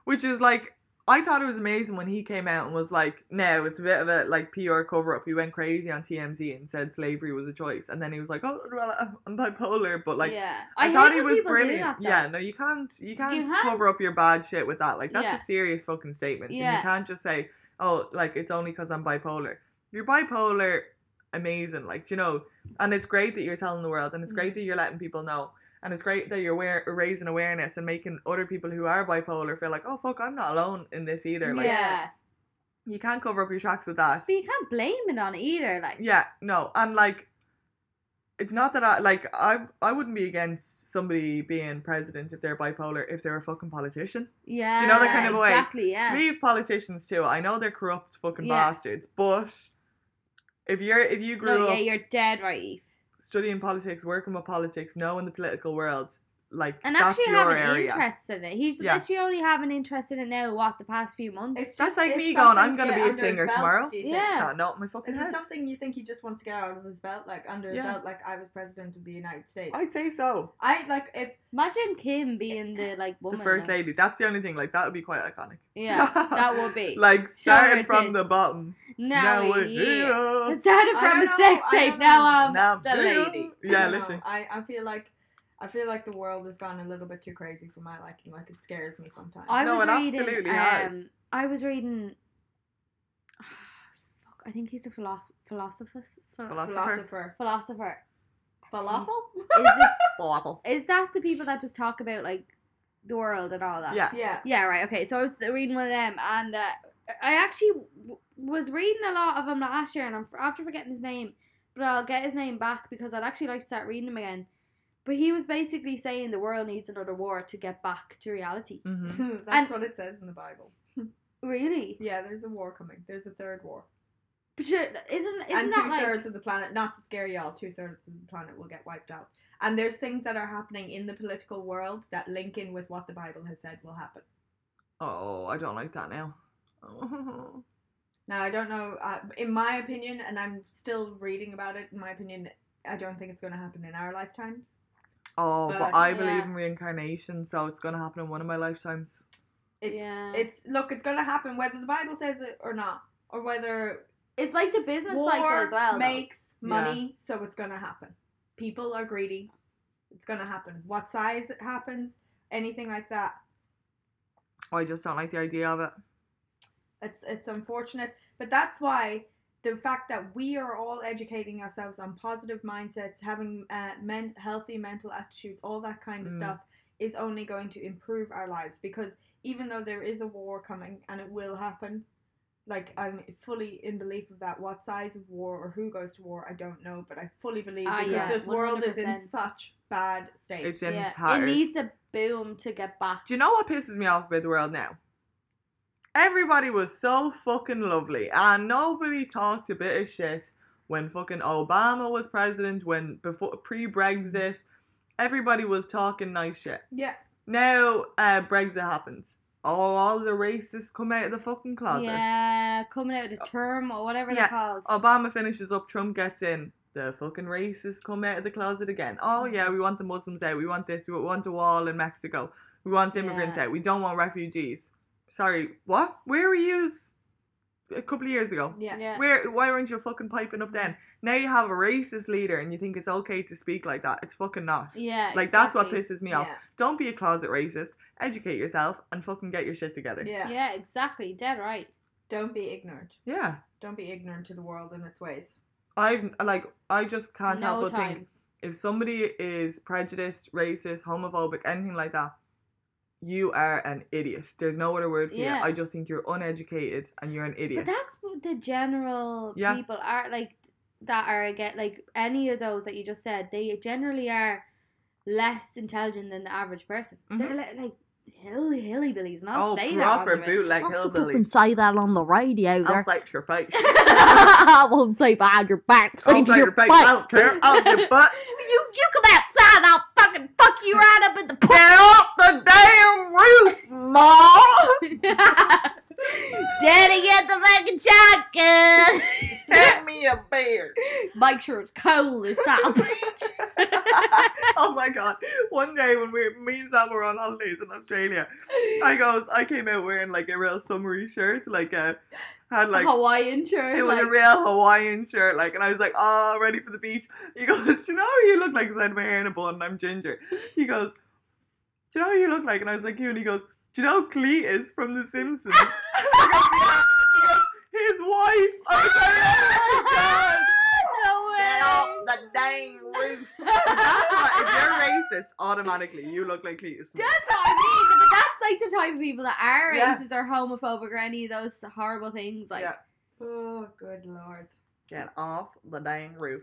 S2: which is like I thought it was amazing when he came out and was like, "No, it's a bit of a like PR cover up." He went crazy on TMZ and said slavery was a choice, and then he was like, "Oh, well, I'm bipolar," but like.
S3: yeah,
S2: I,
S3: hate
S2: thought he
S3: when
S2: was
S3: people do
S2: brilliant.
S3: that, though.
S2: yeah, no, you can't you can't
S3: can't.
S2: cover up your bad shit with that. Like that's
S3: Yeah.
S2: a serious fucking statement. And
S3: Yeah.
S2: you can't just say, Oh, like it's only because I'm bipolar. You're bipolar amazing, like you know, and it's great that you're telling the world and it's
S3: Mm-hmm.
S2: great that you're letting people know. And it's great that you're aware, raising awareness and making other people who are bipolar feel like, oh fuck, I'm not alone in this either. Like
S3: yeah.
S2: you can't cover up your tracks with that.
S3: But you can't blame it on it either. Like,
S2: Yeah, no, and like, it's not that I like I I wouldn't be against somebody being president if they're bipolar if they're a fucking politician.
S3: yeah,
S2: know that kind of way?
S3: Exactly. Yeah.
S2: Leave politicians too. I know they're corrupt fucking
S3: Yeah.
S2: bastards, but if you're if you grew
S3: no, yeah,
S2: up
S3: you're dead right. Eve.
S2: studying politics, working with politics, knowing the political world, like
S3: And
S2: that's
S3: actually have
S2: your
S3: an
S2: area.
S3: interest in it. He's
S2: Yeah.
S3: actually only have an interest in it now. What the past few months?
S5: It's
S2: That's
S5: just-
S2: like
S5: it's
S2: me going,
S5: something
S2: I'm
S5: to
S2: gonna
S5: get
S2: be a
S5: under his
S2: singer
S5: belt,
S2: tomorrow.
S5: do you think?
S3: Yeah.
S2: No, not in my fucking
S5: Is it
S2: head.
S5: something you think he just wants to get out of his belt, like under his
S2: Yeah.
S5: belt, like I was president of the United States?
S2: I'd say so.
S5: I like if
S3: Imagine Kim being the like woman.
S2: the first
S3: though.
S2: lady. That's the only thing. Like that would be quite iconic.
S3: Yeah, that would be.
S2: like
S3: her
S2: started from the
S3: tits.
S2: bottom.
S3: now
S2: we're
S3: we here.
S2: here.
S3: It started
S5: I
S3: from a
S5: don't
S3: sex
S5: know, I
S3: tape.
S5: don't
S3: Now
S5: know.
S3: I'm
S2: Now
S3: the
S2: we're-
S3: lady.
S5: I
S2: Yeah,
S5: don't know.
S2: literally.
S5: I, I feel like I feel like the world has gone a little bit too crazy for my liking. Like it scares me sometimes.
S3: I
S2: No,
S3: was
S2: it
S3: reading.
S2: absolutely
S3: um,
S2: has.
S3: I was reading. Fuck, I think he's a philo- philosopher. phil-
S2: Philosopher.
S5: Philosopher.
S3: Philosopher.
S5: Falafel?
S3: Is, it,
S2: Philosopher.
S3: is that the people that just talk about like the world and all that?
S2: Yeah.
S5: yeah.
S3: Yeah, right. Okay, so I was reading one of them, and uh, I actually w- was reading a lot of him last year, and I'm after forgetting his name, but I'll get his name back because I'd actually like to start reading him again. But he was basically saying the world needs another war to get back to reality.
S2: hmm
S5: That's
S3: And-
S5: what it says in the Bible.
S3: Really?
S5: Yeah, there's a war coming. There's a third war.
S3: But sure, isn't isn't
S5: and two
S3: that like
S5: thirds of the planet, not to scare y'all, two thirds of the planet will get wiped out. And there's things that are happening in the political world that link in with what the Bible has said will happen.
S2: Oh, I don't like that now. Oh,
S5: Now, I don't know, uh, in my opinion, and I'm still reading about it, in my opinion, I don't think it's going to happen in our lifetimes.
S2: Oh,
S5: But-
S2: but I believe
S3: Yeah.
S2: in reincarnation, so it's gonna happen in one of my lifetimes.
S5: It's,
S3: Yeah.
S5: it's look, it's going to happen whether the Bible says it or not, or whether
S3: it's like the business cycle
S5: war
S3: as well? though.
S5: makes
S2: Yeah.
S5: money, so it's gonna happen. People are greedy. It's gonna happen. What size it happens, anything like that.
S2: I just don't like the idea of it.
S5: It's it's unfortunate, but that's why the fact that we are all educating ourselves on positive mindsets, having uh, men- healthy mental attitudes, all that kind of
S2: Mm.
S5: stuff is only going to improve our lives because even though there is a war coming and it will happen, like I'm fully in belief of that. What size of war or who goes to war, I don't know, but I fully believe
S3: Ah,
S5: because
S3: yeah,
S5: this world is in
S3: 100%.
S5: such bad state.
S2: It's in
S3: Yeah, it
S2: tatters.
S3: needs a boom to get back.
S2: Do you know what pisses me off about the world now? Everybody was so fucking lovely, and nobody talked a bit of shit when fucking Obama was president. When before pre-Brexit, everybody was talking nice shit.
S5: yeah,
S2: Now uh, Brexit happens. Oh, all the racists come out of the fucking closet.
S3: Yeah, coming out of the term or whatever
S2: Oh. Yeah. Oh,
S3: they're called.
S2: Obama finishes up, Trump gets in. The fucking racists come out of the closet again. Oh yeah, we want the Muslims out. We want this. We want a wall in Mexico. We want immigrants
S3: Yeah.
S2: out. We don't want refugees. Sorry, what? Where were you a couple of years ago?
S5: yeah,
S3: yeah.
S2: Where? Why weren't you fucking piping up then? Now you have a racist leader and you think it's okay to speak like that. It's fucking not.
S3: Yeah,
S2: Like that's what
S3: exactly.
S2: pisses me
S5: yeah,
S2: off. Don't be a closet racist. Educate yourself and fucking get your shit together.
S5: yeah.
S3: Yeah, exactly. Dead right.
S5: Don't be ignorant.
S2: Yeah.
S5: Don't be ignorant to the world and its ways.
S2: I've like I just can't help
S3: no
S2: but
S3: time.
S2: think if somebody is prejudiced, racist, homophobic, anything like that, you are an idiot. There's no other word for
S3: Yeah.
S2: you. I just think you're uneducated and you're an
S3: But
S2: idiot.
S3: that's what the general
S2: Yeah.
S3: people are like that are get like any of those that you just said. They generally are
S4: less intelligent than the average person.
S2: Mhm.
S4: They're like, like hilly hilly billies, and I'll
S2: Oh,
S4: say that.
S2: proper
S4: on the radio.
S2: bootleg
S3: I'll fucking
S2: hillbillies.
S3: say that on the radio
S2: I'll
S3: there.
S2: slap your face.
S3: I won't say behind your back.
S2: I'll
S3: say
S2: slap your face.
S3: butt.
S2: I don't care. On your butt.
S3: You you come outside, I'll fucking fuck you right up in the pool.
S2: Get off the damn roof, Ma!
S3: Daddy, get the fucking shotgun.
S2: Get me a beer.
S3: Make sure it's cold as hell.
S2: oh my god. One day when we me and Sam were on holidays in Australia, I goes I came out wearing like a real summery shirt, like a had like
S3: Hawaiian shirt.
S2: it was
S3: like,
S2: a real Hawaiian shirt, like and I was like, Oh, ready for the beach. He goes, Do you know who you look like? 'Cause I had my hair in a bun and I'm ginger. He goes, Do you know who you look like? And I was like, you and he goes, Do you know Cleet is from The Simpsons? I goes, "Yeah." He goes, His wife. I was like, Oh my god.
S3: no way.
S2: Get off the dang roof. That's why if you're racist, automatically you look like Cletus. Smith.
S3: That's what I mean. But that's like the type of people that are
S2: Yeah.
S3: racist or homophobic or any of those horrible things. Like,
S2: Yeah.
S5: Oh, good lord.
S2: Get off the dang roof.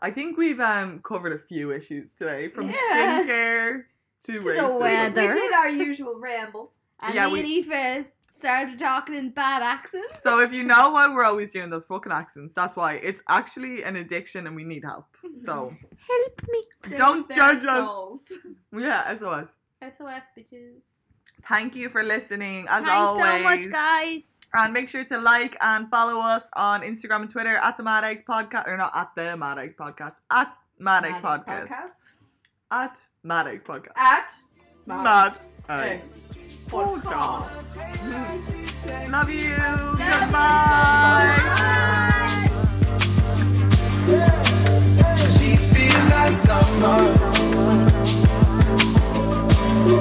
S2: I think we've um covered a few issues today, from
S3: Yeah.
S2: skincare to,
S3: the
S2: racism.
S5: We
S3: weather. There.
S5: did our usual rambles.
S3: and
S2: Yeah,
S3: me
S2: we-
S3: and Aoife started talking in bad accents.
S2: So if you know why we're always doing those fucking accents, that's why it's actually an addiction and we need help. So
S3: Help me.
S2: Don't
S5: Save
S2: judge
S5: their
S2: us.
S5: souls.
S2: yeah, SOS.
S3: SOS bitches.
S2: Thank you for listening as
S3: Thanks
S2: always.
S3: so much, guys.
S2: And make sure to like and follow us on Instagram and Twitter at the Mad Eggs Podcast, or not at the Mad Eggs Podcast, at Mad Eggs
S5: Mad
S2: Podcast, at Mad Eggs Podcast,
S5: At
S2: Mad Eggs
S5: Eggs
S2: Oh, Podcast. Love you. Goodbye.
S3: Bye.
S1: She feel like summer.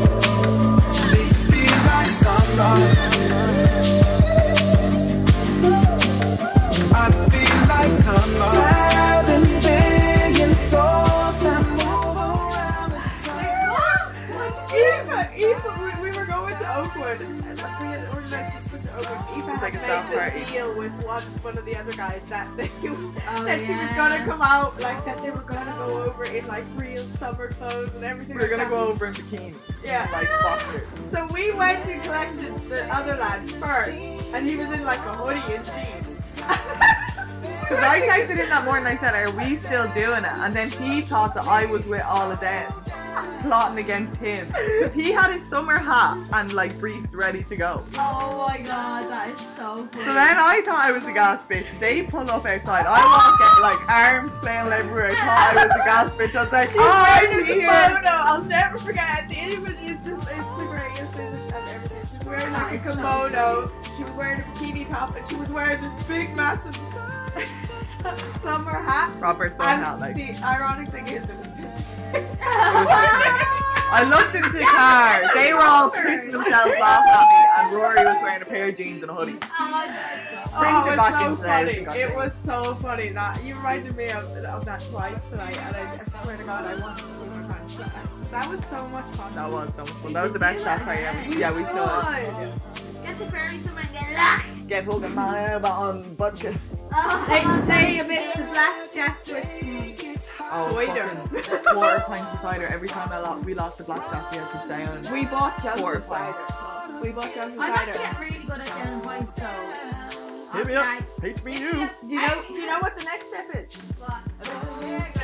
S1: This feel like summer. I feel like summer. Seven billion souls that move around the sun.
S2: Eva, Eva, we were going to Oakwood.
S5: Eva
S2: Like a
S5: had
S2: soft
S5: made
S2: party.
S5: this deal with one, one of the other guys that they,
S4: Oh,
S5: that she was
S4: yeah.
S5: gonna come out like that they were gonna go over in like real summer clothes and everything.
S2: We were gonna
S5: like
S2: go
S5: that.
S2: over in bikini.
S5: Yeah.
S2: Like boxers.
S5: So we went and collected the other lad first, and he was in like a hoodie and jeans.
S2: Because I texted him that morning, I said, Are we still doing it? And then he thought that I was with all of them, plotting against him. Because he had his summer hat and like briefs ready to go. So
S3: Oh my god, that is so cool.
S2: then I thought I was a gas bitch. They pull up outside. I walk out like arms flailing everywhere. I thought I was a gas bitch. I was like,
S5: Oh,
S2: I'm
S5: the
S2: here.
S5: kimono. I'll never forget. The image is just it's the greatest image I've ever seen. She was wearing like a kimono. She was wearing a bikini top, and she was wearing this big, massive summer hat.
S2: Proper sun hat,
S5: And
S2: like.
S5: the ironic thing is, it was just
S2: I looked into the car. They were all pissing themselves off at me, and Rory was wearing a pair of jeans and a hoodie. Brings
S5: oh,
S2: it
S5: it's
S2: back
S5: so
S2: into the house and got
S5: funny. It
S2: it.
S5: was so funny. That you reminded me of, of that twice tonight, and I, I swear to God, I want to see my friends. That was so much fun.
S2: That was so much fun. That was the best shot party ever. Yeah, we should.
S5: should.
S3: Get the fairy someone get locked.
S2: Get fucking mad about on vodka.
S3: Oh,
S5: They, they amidst the blackjack with
S2: Oh,
S5: Cider.
S2: fucking quarter pint of cider. Every time I lost, we lost the black jack, we had to down.
S5: We bought
S2: Four
S5: Justin
S2: of
S5: cider. We bought Justin
S3: I'm
S5: cider.
S3: actually getting really good at down points, so.
S2: Hit me up. Teach me you.
S5: Do you know? Do you know what the next step is?
S3: But, yeah, guys.